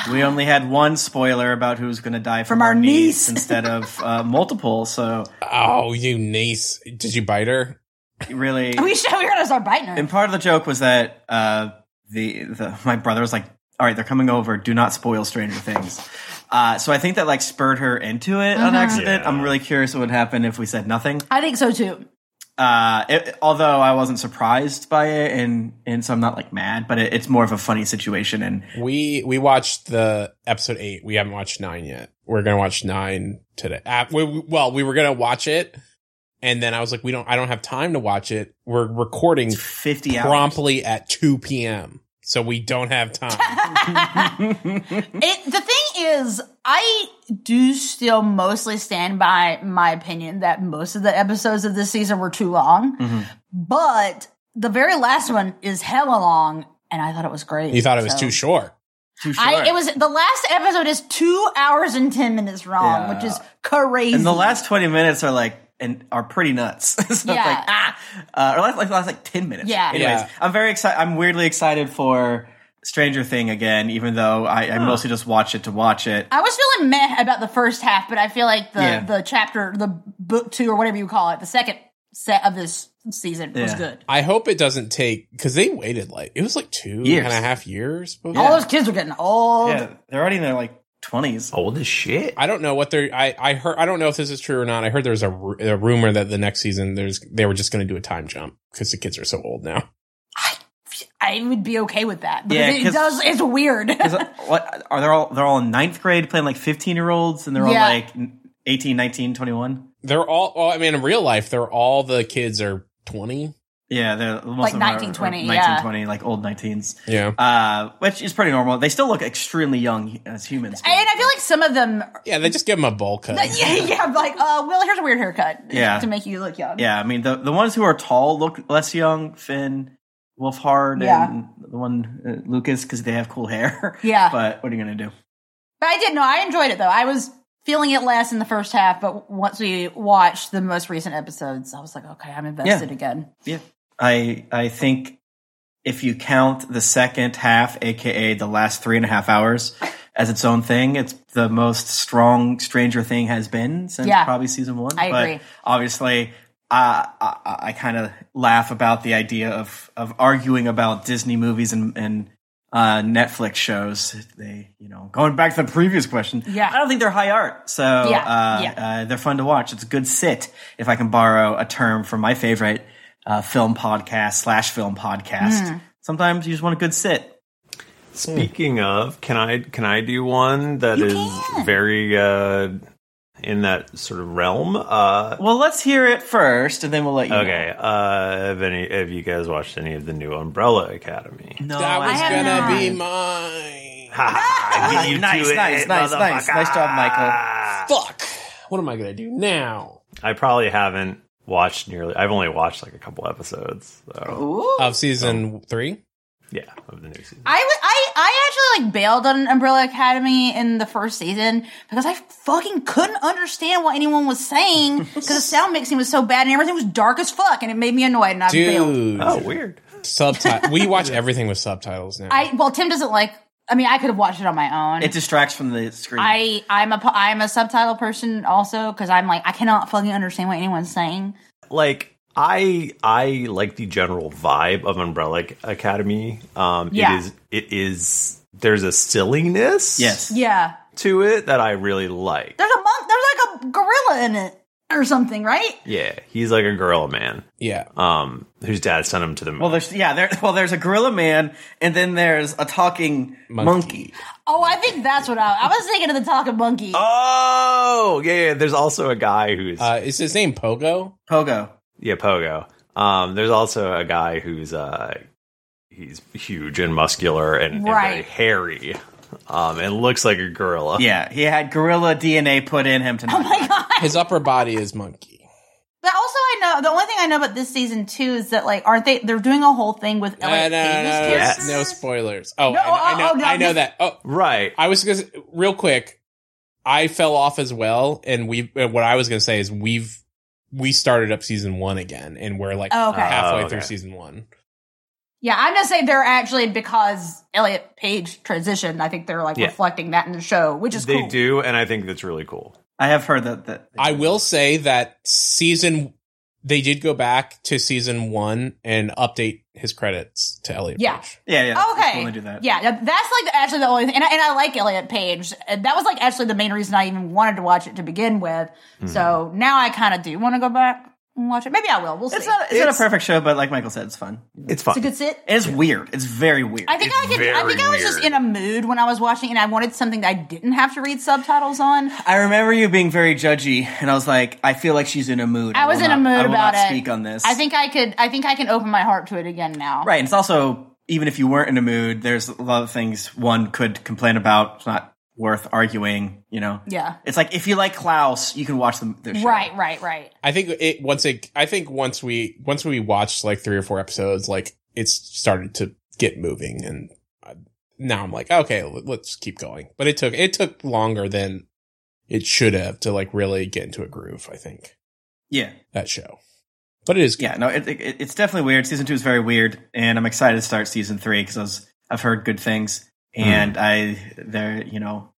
S5: and we only had one spoiler about who's going to die from,
S2: From our niece.
S5: instead of uh, multiple. So,
S4: Oh, you niece. Did you bite her?
S5: really,
S2: We should. We're gonna start biting her.
S5: and part of the joke was that uh, the, the my brother was like, "All right, they're coming over. Do not spoil Stranger Things." Uh, so I think that like spurred her into it
S2: Uh-huh.
S5: on accident.
S3: Yeah.
S5: I'm really curious what would happen if we said nothing.
S2: I think so too.
S5: Uh, it, although I wasn't surprised by it, and and so I'm not like mad, but it, it's more of a funny situation. And
S4: We we watched the episode eight. We haven't watched nine yet. We're gonna watch nine today. Uh, we, we- well, we were gonna watch it, and then I was like, we don't. I don't have time to watch it. We're recording
S5: 50 hours.
S4: promptly at two p.m., so we don't have time. Hmm?
S2: It, the thing is, I do still mostly stand by my opinion that most of the episodes of this season were too long,
S4: Mm-hmm.
S2: but the very last one is hella long, and I thought it was great.
S4: you thought it was
S2: so-
S4: too short.
S5: Too short.
S2: I, it was the last episode is two hours and ten minutes long,
S5: Yeah.
S2: which is crazy.
S5: and the last 20 minutes are like and are pretty nuts. so it's
S2: Yeah.
S5: like ah, uh, or like, like the last like 10 minutes.
S2: Yeah.
S5: Anyways,
S4: Yeah.
S5: I'm very excited. I'm weirdly excited for Stranger Thing again, even though I, I mostly just watch it to watch it.
S2: I was feeling meh about the first half, but I feel like the
S5: Yeah.
S2: the chapter, the book two or whatever you call it, the second set of this season was
S5: Yeah.
S2: good.
S4: I hope it doesn't take because they waited like it was like two
S5: Years.
S4: and a half years. before-
S2: All those kids are getting old.
S5: Yeah, they're already in their like 20s.
S3: Old as shit.
S4: I don't know what they're. I I heard. I don't know if this is true or not. I heard there's a, ru- a rumor that the next season there's they were just going to do a time jump because the kids are so old now.
S2: I would be okay with that
S5: Yeah,
S2: because it
S5: 'cause-
S2: does. It's weird.
S5: 'Cause, uh, what are they all they're all in ninth grade playing like 15 year olds and they're all
S2: Yeah.
S5: like 18, 19, 21.
S4: They're all. Well, I mean, in real life, they're all the kids are twenty.
S5: Yeah, they're most
S2: Like
S5: of them are-
S2: 1920, yeah.
S5: are 1920, like old 19s.
S4: Yeah,
S5: Uh, which is pretty normal. They still look extremely young as humans.
S2: and uh, I feel like some of them,
S4: yeah. They just give them a bowl cut.
S2: yeah, yeah, I'm like, uh, well, here's a weird haircut,
S5: Yeah.
S2: to make you look young.
S5: Yeah, I mean the the ones who are tall look less young. Finn, Wolfhard,
S2: Yeah.
S5: and the one uh, Lucas because they have cool hair.
S2: Yeah.
S5: but what are you gonna do?
S2: But I did know I enjoyed it though. I was feeling it less in the first half, but once we watched the most recent episodes, I was like, okay, I'm invested again.
S5: Yeah, I I think if you count the second half, aka the last three and a half hours, as its own thing, it's the most strong Stranger Thing has been since
S2: Yeah.
S5: probably season one.
S2: I
S5: but
S2: agree.
S5: Obviously. Uh, I, I- I kind of laugh about the idea of, of arguing about Disney movies and, and uh, Netflix shows. They, you know, going back to the previous question,
S2: Yeah.
S5: I don't think they're high art. So
S2: Yeah,
S5: uh,
S2: yeah.
S5: Uh, they're fun to watch. It's a good sit, if I can borrow a term from my favorite uh, film podcast slash film podcast.
S2: Hmm.
S5: Sometimes you just want a good sit.
S3: Speaking of, can I can I do one that
S2: You
S3: is
S2: can.
S3: very uh, in that sort of realm? Uh,
S5: Well, let's hear it first, and then we'll let you.
S3: okay, uh, have any have you guys watched any of the new Umbrella Academy?
S5: Know. No,
S4: that
S5: I
S4: was
S2: have
S4: gonna
S2: not.
S4: be mine.
S3: Ha, ha, ha,
S5: Ah,
S3: get you
S5: nice,
S3: to it,
S5: nice, nice, nice.
S3: motherfucker.
S5: Nice job, Michael.
S4: Fuck. What am I gonna do now?
S3: I probably haven't watched nearly. I've only watched like a couple episodes. So.
S2: Ooh.
S4: Of season three.
S3: Yeah, of the new season.
S2: I, w- I, I actually like bailed on Umbrella Academy in the first season because I fucking couldn't understand what anyone was saying because the sound mixing was so bad and everything was dark as fuck and it made me annoyed and I bailed.
S4: Dude,
S3: Oh, weird.
S4: subtitle. We watch everything with subtitles now.
S2: I well Tim doesn't like. I mean I could have watched it on my own.
S5: It distracts from the screen.
S2: I I'm a pu- I'm a subtitle person also because I'm like I cannot fucking understand what anyone's saying.
S3: Like I I like the general vibe of Umbrella Academy. Um
S2: Yeah.
S3: it is it is there's a silliness
S5: yes.
S2: Yeah,
S3: to it that I really like.
S2: there's a monk. There's like a gorilla in it or something, right?
S3: Yeah, he's like a gorilla man.
S4: yeah.
S3: Um whose dad sent him to the moon.
S5: Well, there's yeah. There, well, there's a gorilla man, and then there's a talking monkey.
S4: Monkey.
S2: Oh, I think that's what I, I was thinking of the talking monkey.
S3: Oh yeah, yeah. There's also a guy who's
S4: Uh, is his name Pogo?
S5: Pogo.
S3: yeah Pogo. Um, there's also a guy who's uh, he's huge and muscular and, and very
S2: Right.
S3: hairy, um, and looks like a gorilla.
S5: Yeah, he had gorilla DNA put in him tonight.
S2: Oh my god.
S4: His upper body is monkey.
S2: But also, I know the only thing I know about this season too is that like, aren't they? They're doing Oh, a whole thing with
S4: Uh,
S2: Elliot
S4: no,
S2: Page
S4: no, no,
S2: characters.
S4: no spoilers. Oh,
S2: No,
S4: I, I
S2: oh,
S4: know,
S2: oh, no,
S4: I know
S2: this-
S4: that. Oh,
S3: Right.
S4: I was gonna real quick. I fell off as well, and we. uh, What I was gonna say is we've we started up season one again, and we're like
S2: Oh, okay.
S4: halfway
S3: Oh,
S4: through
S3: okay.
S4: season one.
S2: Yeah, I'm just saying they're actually because Elliot Page transitioned. I think they're like
S3: Yeah.
S2: reflecting that in the show, which is
S3: they
S2: cool.
S3: do, and I think that's really cool.
S5: I have heard that. that
S4: I will say that season they did go back to season one and update his credits to Elliot.
S2: Yeah.
S4: Page.
S5: Yeah, yeah. it's
S2: Okay.
S5: Cool to do that.
S2: Yeah, that- that's like actually the only thing, and I, and I like Elliot Page. And that was like actually the main reason I even wanted to watch it to begin with. So
S4: Mm-hmm.
S2: now I kind of do want to go back and watch it. Maybe I will. We'll
S5: It's
S2: see.
S5: not. It's, not a
S3: It's-
S5: perfect show, but like Michael said, it's fun.
S3: It's
S2: it's a
S3: fun.
S2: good sit.
S5: It's weird. It's very weird.
S2: I think
S3: It's
S2: I could. I
S3: very
S2: think I was just
S3: weird.
S2: in a mood when I was watching, and I wanted something that I didn't have to read subtitles on.
S5: I remember you being very judgy, and I was like, I feel like she's in a mood.
S2: I was
S5: will
S2: in a
S5: not-
S2: mood
S5: I will
S2: about
S5: not
S2: it.
S5: Speak on this.
S2: I think I could. I think I can open my heart to it again now.
S5: right. And it's also even if you weren't in a mood, there's a lot of things one could complain about. It's not worth arguing. You know.
S2: Yeah.
S5: It's like if you like Klaus, you can watch the, the show.
S2: Right. Right. Right.
S4: I think it once it. I think once we once we watched like three or four episodes, like it's started to get moving, and uh, now I'm like, okay, l- let's keep going. But it took it took longer than it should have to like really get into a groove. I think
S5: Yeah.
S4: that show, but it is good.
S5: Yeah. No. It, it, it's definitely weird. Season two is very weird, and I'm excited to start season three because I've heard good things, and I there you know.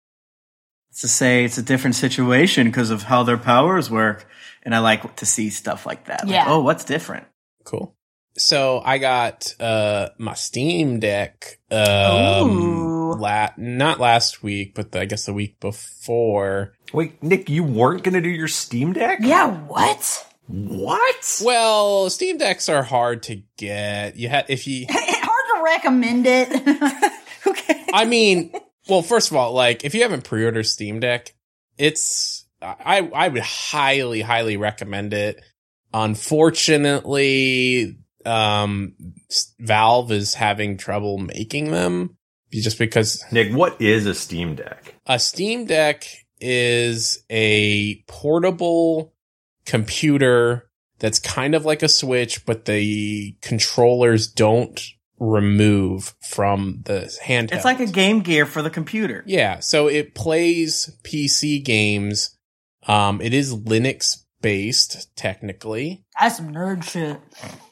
S5: it's To say it's a different situation because of how their powers work, and I like to see stuff like that. Like,
S2: Yeah.
S5: oh, what's different?
S4: cool. So I got uh my Steam Deck um
S2: Ooh.
S4: la- not last week, but the, I guess the week before.
S3: Wait, Nick, you weren't going to do your Steam Deck?
S2: Yeah. What?
S3: What?
S4: Well, Steam Decks are hard to get. You had if you
S2: Hard to recommend it. okay.
S4: I mean, well, first of all, like if you haven't pre-ordered Steam Deck, it's I I would highly highly recommend it. Unfortunately, um S- Valve is having trouble making them just because
S3: Nick, what is a Steam Deck?
S4: a Steam Deck is a portable computer that's kind of like a Switch, but the controllers don't remove from the handheld.
S5: It's like a Game Gear for the computer.
S4: Yeah, so it plays PC games. Um, it is Linux based technically,
S2: That's some nerd shit.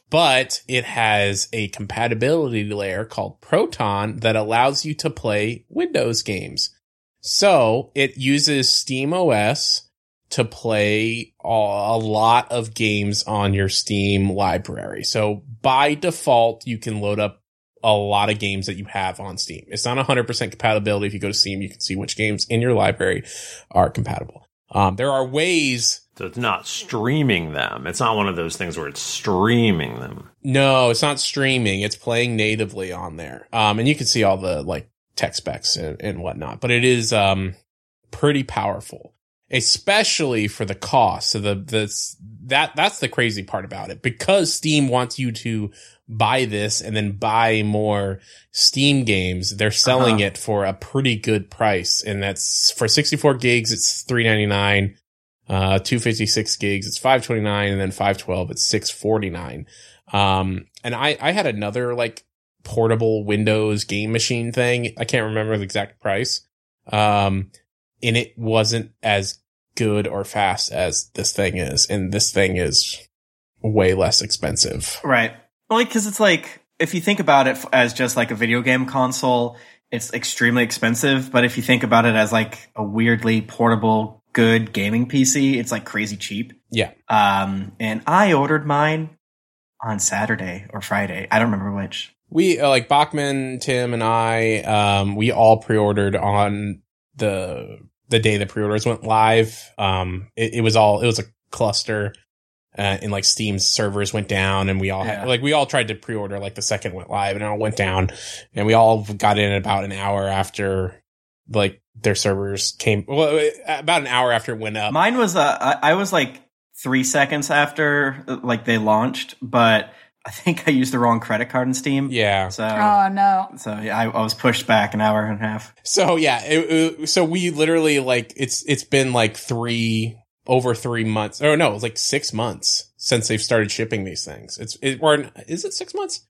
S4: but it has a compatibility layer called Proton that allows you to play Windows games. So it uses Steam OS to play a a lot of games on your Steam library. So by default, you can load up a lot of games that you have on Steam. It's not 100% compatibility. If you go to Steam, you can see which games in your library are compatible. Um, there are ways
S3: So it's not streaming them. It's not one of those things where it's streaming them.
S4: No, it's not streaming. It's playing natively on there. Um, and you can see all the like tech specs and, and whatnot, but it is, um, pretty powerful, especially for the cost. So the, the, that, that's the crazy part about it because Steam wants you to buy this and then buy more Steam games. They're selling
S5: Uh-huh.
S4: it for a pretty good price. And that's for 64 gigs. It's 399. Uh, 256 gigs, it's 529, and then 512, it's 649. Um, and I, I had another like portable Windows game machine thing. I can't remember the exact price. Um, and it wasn't as good or fast as this thing is. And this thing is way less expensive.
S5: Right. Like, because it's like, if you think about it f- as just like a video game console, it's extremely expensive. But if you think about it as like a weirdly portable, good gaming PC, it's like crazy cheap.
S4: Yeah.
S5: Um, and I ordered mine on Saturday or Friday. I don't remember which.
S4: We uh, like Bachman, Tim, and I. Um, we all pre-ordered on the the day the pre-orders went live. Um, it, it was all it was a cluster, uh, and like Steam's servers went down, and we all had,
S5: Yeah.
S4: like we all tried to pre-order like the second went live, and it all went down, and we all got in about an hour after like their servers came. Well, about an hour after it went up.
S5: Mine was, uh, I, I was like three seconds after uh, like they launched, but I think I used the wrong credit card in Steam.
S4: yeah.
S5: So,
S2: Oh no.
S5: so yeah, I, I was pushed back an hour and a half.
S4: So yeah, it, it- so we literally like it's it's been like three over three months. Oh no, it's like six months since they've started shipping these things. It's it, or is it six months?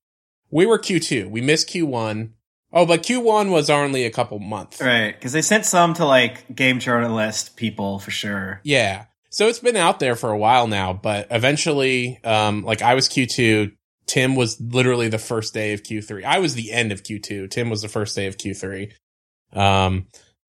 S4: We were Q two. We missed Q one. Oh, but Q one was only a couple months.
S5: Right. Because they sent some to like game journalist people for sure.
S4: Yeah. So it's been out there for a while now, but eventually, um, like I was Q2, Tim was literally the first day of Q3. I was the end of Q2. Tim was the first day of Q3. Um,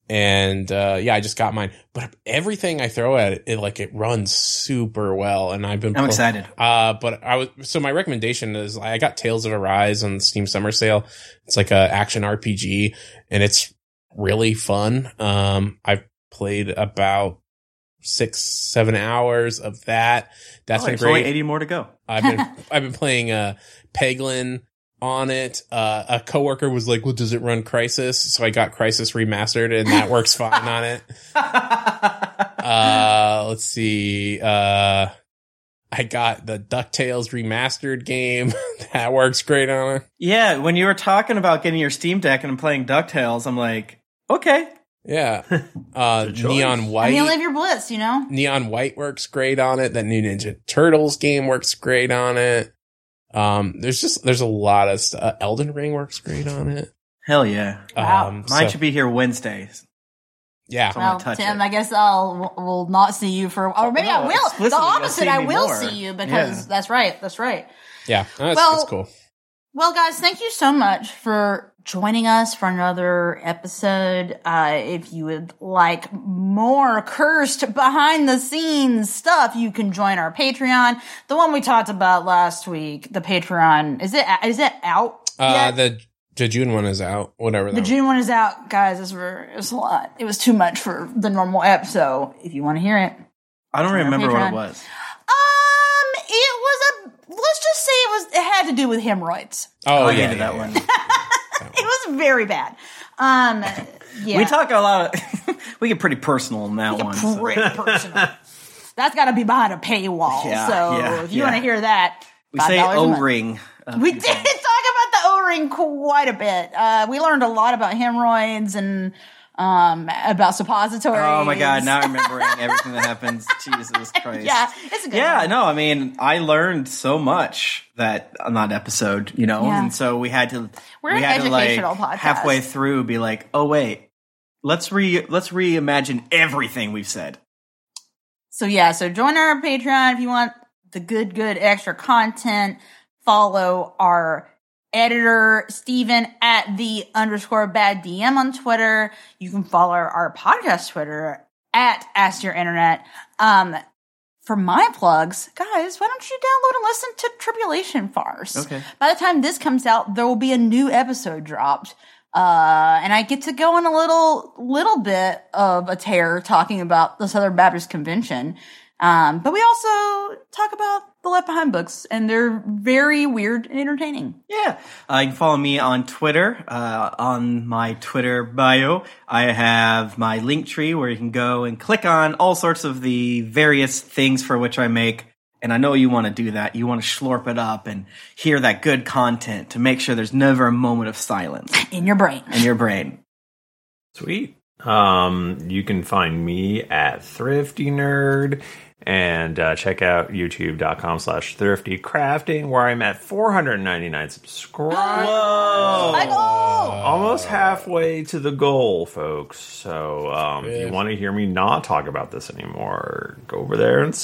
S4: and, uh, yeah, I just got mine, but everything I throw at it, it like it runs super well. And I've been,
S5: I'm
S4: pro-
S5: excited.
S4: Uh, but I was, so my recommendation is I got Tales of Arise on the Steam Summer Sale. It's like a action RPG and it's really fun. Um, I've played about six, seven hours of that. That's
S5: Oh,
S4: been
S5: there's only
S4: great.
S5: 80 more to go.
S4: I've been, I've been playing, uh, Peglin on it. Uh, a coworker was like, well, does it run Crisis? So I got Crisis remastered and that works fine on it. Uh, let's see. Uh, I got the DuckTales remastered game. that works great on it.
S5: yeah, when you were talking about getting your Steam Deck and playing DuckTales, I'm like, okay.
S4: Yeah. Uh,
S3: Good choice.
S4: Neon
S2: I mean,
S4: White.
S2: live your bliss, you know?
S4: Neon White works great on it. That new Ninja Turtles game works great on it. Um, there's just, there's a lot of st- Uh, Elden Ring works great on it.
S5: Hell yeah.
S2: Wow.
S4: Um, so-
S5: Mine should be here Wednesday.
S4: yeah.
S5: I wanna
S2: Well,
S5: touch
S2: Tim,
S5: it.
S2: I guess I'll will not see you for, or maybe
S5: No,
S2: I will.
S5: explicitly
S2: The
S5: you'll
S2: opposite,
S5: see
S2: I
S5: me
S2: will
S5: more.
S2: see you because
S5: Yeah.
S2: that's right. That's right.
S4: Yeah. That's,
S2: Well-
S4: that's cool.
S2: Well, guys, thank you so much for joining us for another episode. Uh, if you would like more cursed behind the scenes stuff, you can join our Patreon. The one we talked about last week, the Patreon, is it, is it out?
S4: Uh,
S2: yet?
S4: the, the June one is out, whatever that
S2: The June one is out, guys. It's, for, it's a lot. It was too much for the normal ep, so if you want to hear it,
S5: I don't remember what
S2: Patreon.
S5: it was.
S2: um, it was a. Let's just say it was. It had to do with hemorrhoids.
S4: Oh,
S5: I
S4: yeah.
S5: hated
S4: yeah,
S5: that
S4: yeah.
S5: one.
S2: It was very bad. Um, yeah,
S5: We talk a lot. Of, we get pretty personal in that one. so.
S2: pretty personal. That's got to be behind a paywall.
S5: Yeah,
S2: so
S5: yeah,
S2: if you
S5: yeah.
S2: want to hear that,
S5: We say
S2: $5 a month.
S5: O ring.
S2: We did talk about the O ring quite a bit. Uh, we learned a lot about hemorrhoids and um, about suppositories.
S5: Oh my god! Now I'm remembering everything that happens. Jesus Christ!
S2: yeah, it's a good
S5: Yeah,
S2: one.
S5: no, I mean, I learned so much that on that episode, you know,
S2: Yeah.
S5: and so we had to.
S2: We're
S5: we
S2: an
S5: had
S2: educational
S5: to,
S2: podcast.
S5: like, Halfway through, be like, oh wait, let's re let's reimagine everything we've said.
S2: So yeah, so join our Patreon if you want the good, good extra content. Follow our editor Steven at the underscore bad DM on Twitter. You can follow our podcast Twitter at Ask Your Internet. Um, for my plugs, guys, why don't you download and listen to Tribulation Farce?
S5: Okay.
S2: By the time this comes out, there will be a new episode dropped. Uh, and I get to go on a little, little bit of a tear talking about the Southern Baptist Convention. Um, but we also talk about the Left Behind books and they're very weird and entertaining.
S5: Yeah, uh, you can follow me on Twitter. Uh, on my Twitter bio, I have my link tree where you can go and click on all sorts of the various things for which I make. And I know you want to do that. You want to slurp it up and hear that good content to make sure there's never a moment of silence
S2: In your brain.
S5: in your brain.
S3: Sweet. Um, you can find me at Thrifty Nerd and uh, check out youtube.com slash thrifty crafting where i'm at 499 subscribers
S2: My goal!
S3: almost halfway to the goal folks so um, if
S4: Yeah.
S3: you want to hear me not talk about this anymore go over there and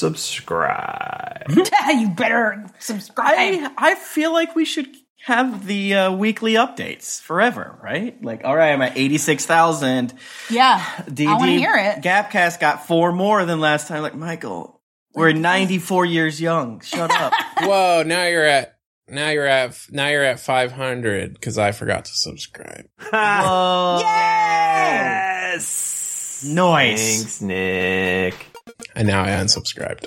S3: subscribe
S2: you better subscribe.
S5: I I feel like we should have the uh, weekly updates forever, right? Like, all right, I'm at eighty six thousand.
S2: yeah.
S5: DD
S2: I want to hear it.
S5: Gapcast got four more than last time. Like, Michael, we're ninety four years young. Shut up.
S4: Whoa! Now you're at now you're at now you're at five hundred because I forgot to subscribe.
S5: Whoa.
S3: yes
S5: Nice.
S3: thanks nick
S4: And now I unsubscribed.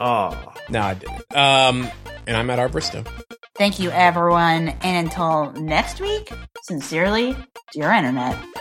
S3: oh
S4: No, I didn't. Um, and I'm at Arbristo.
S2: Thank you, everyone. And until next week, sincerely, dear Internet.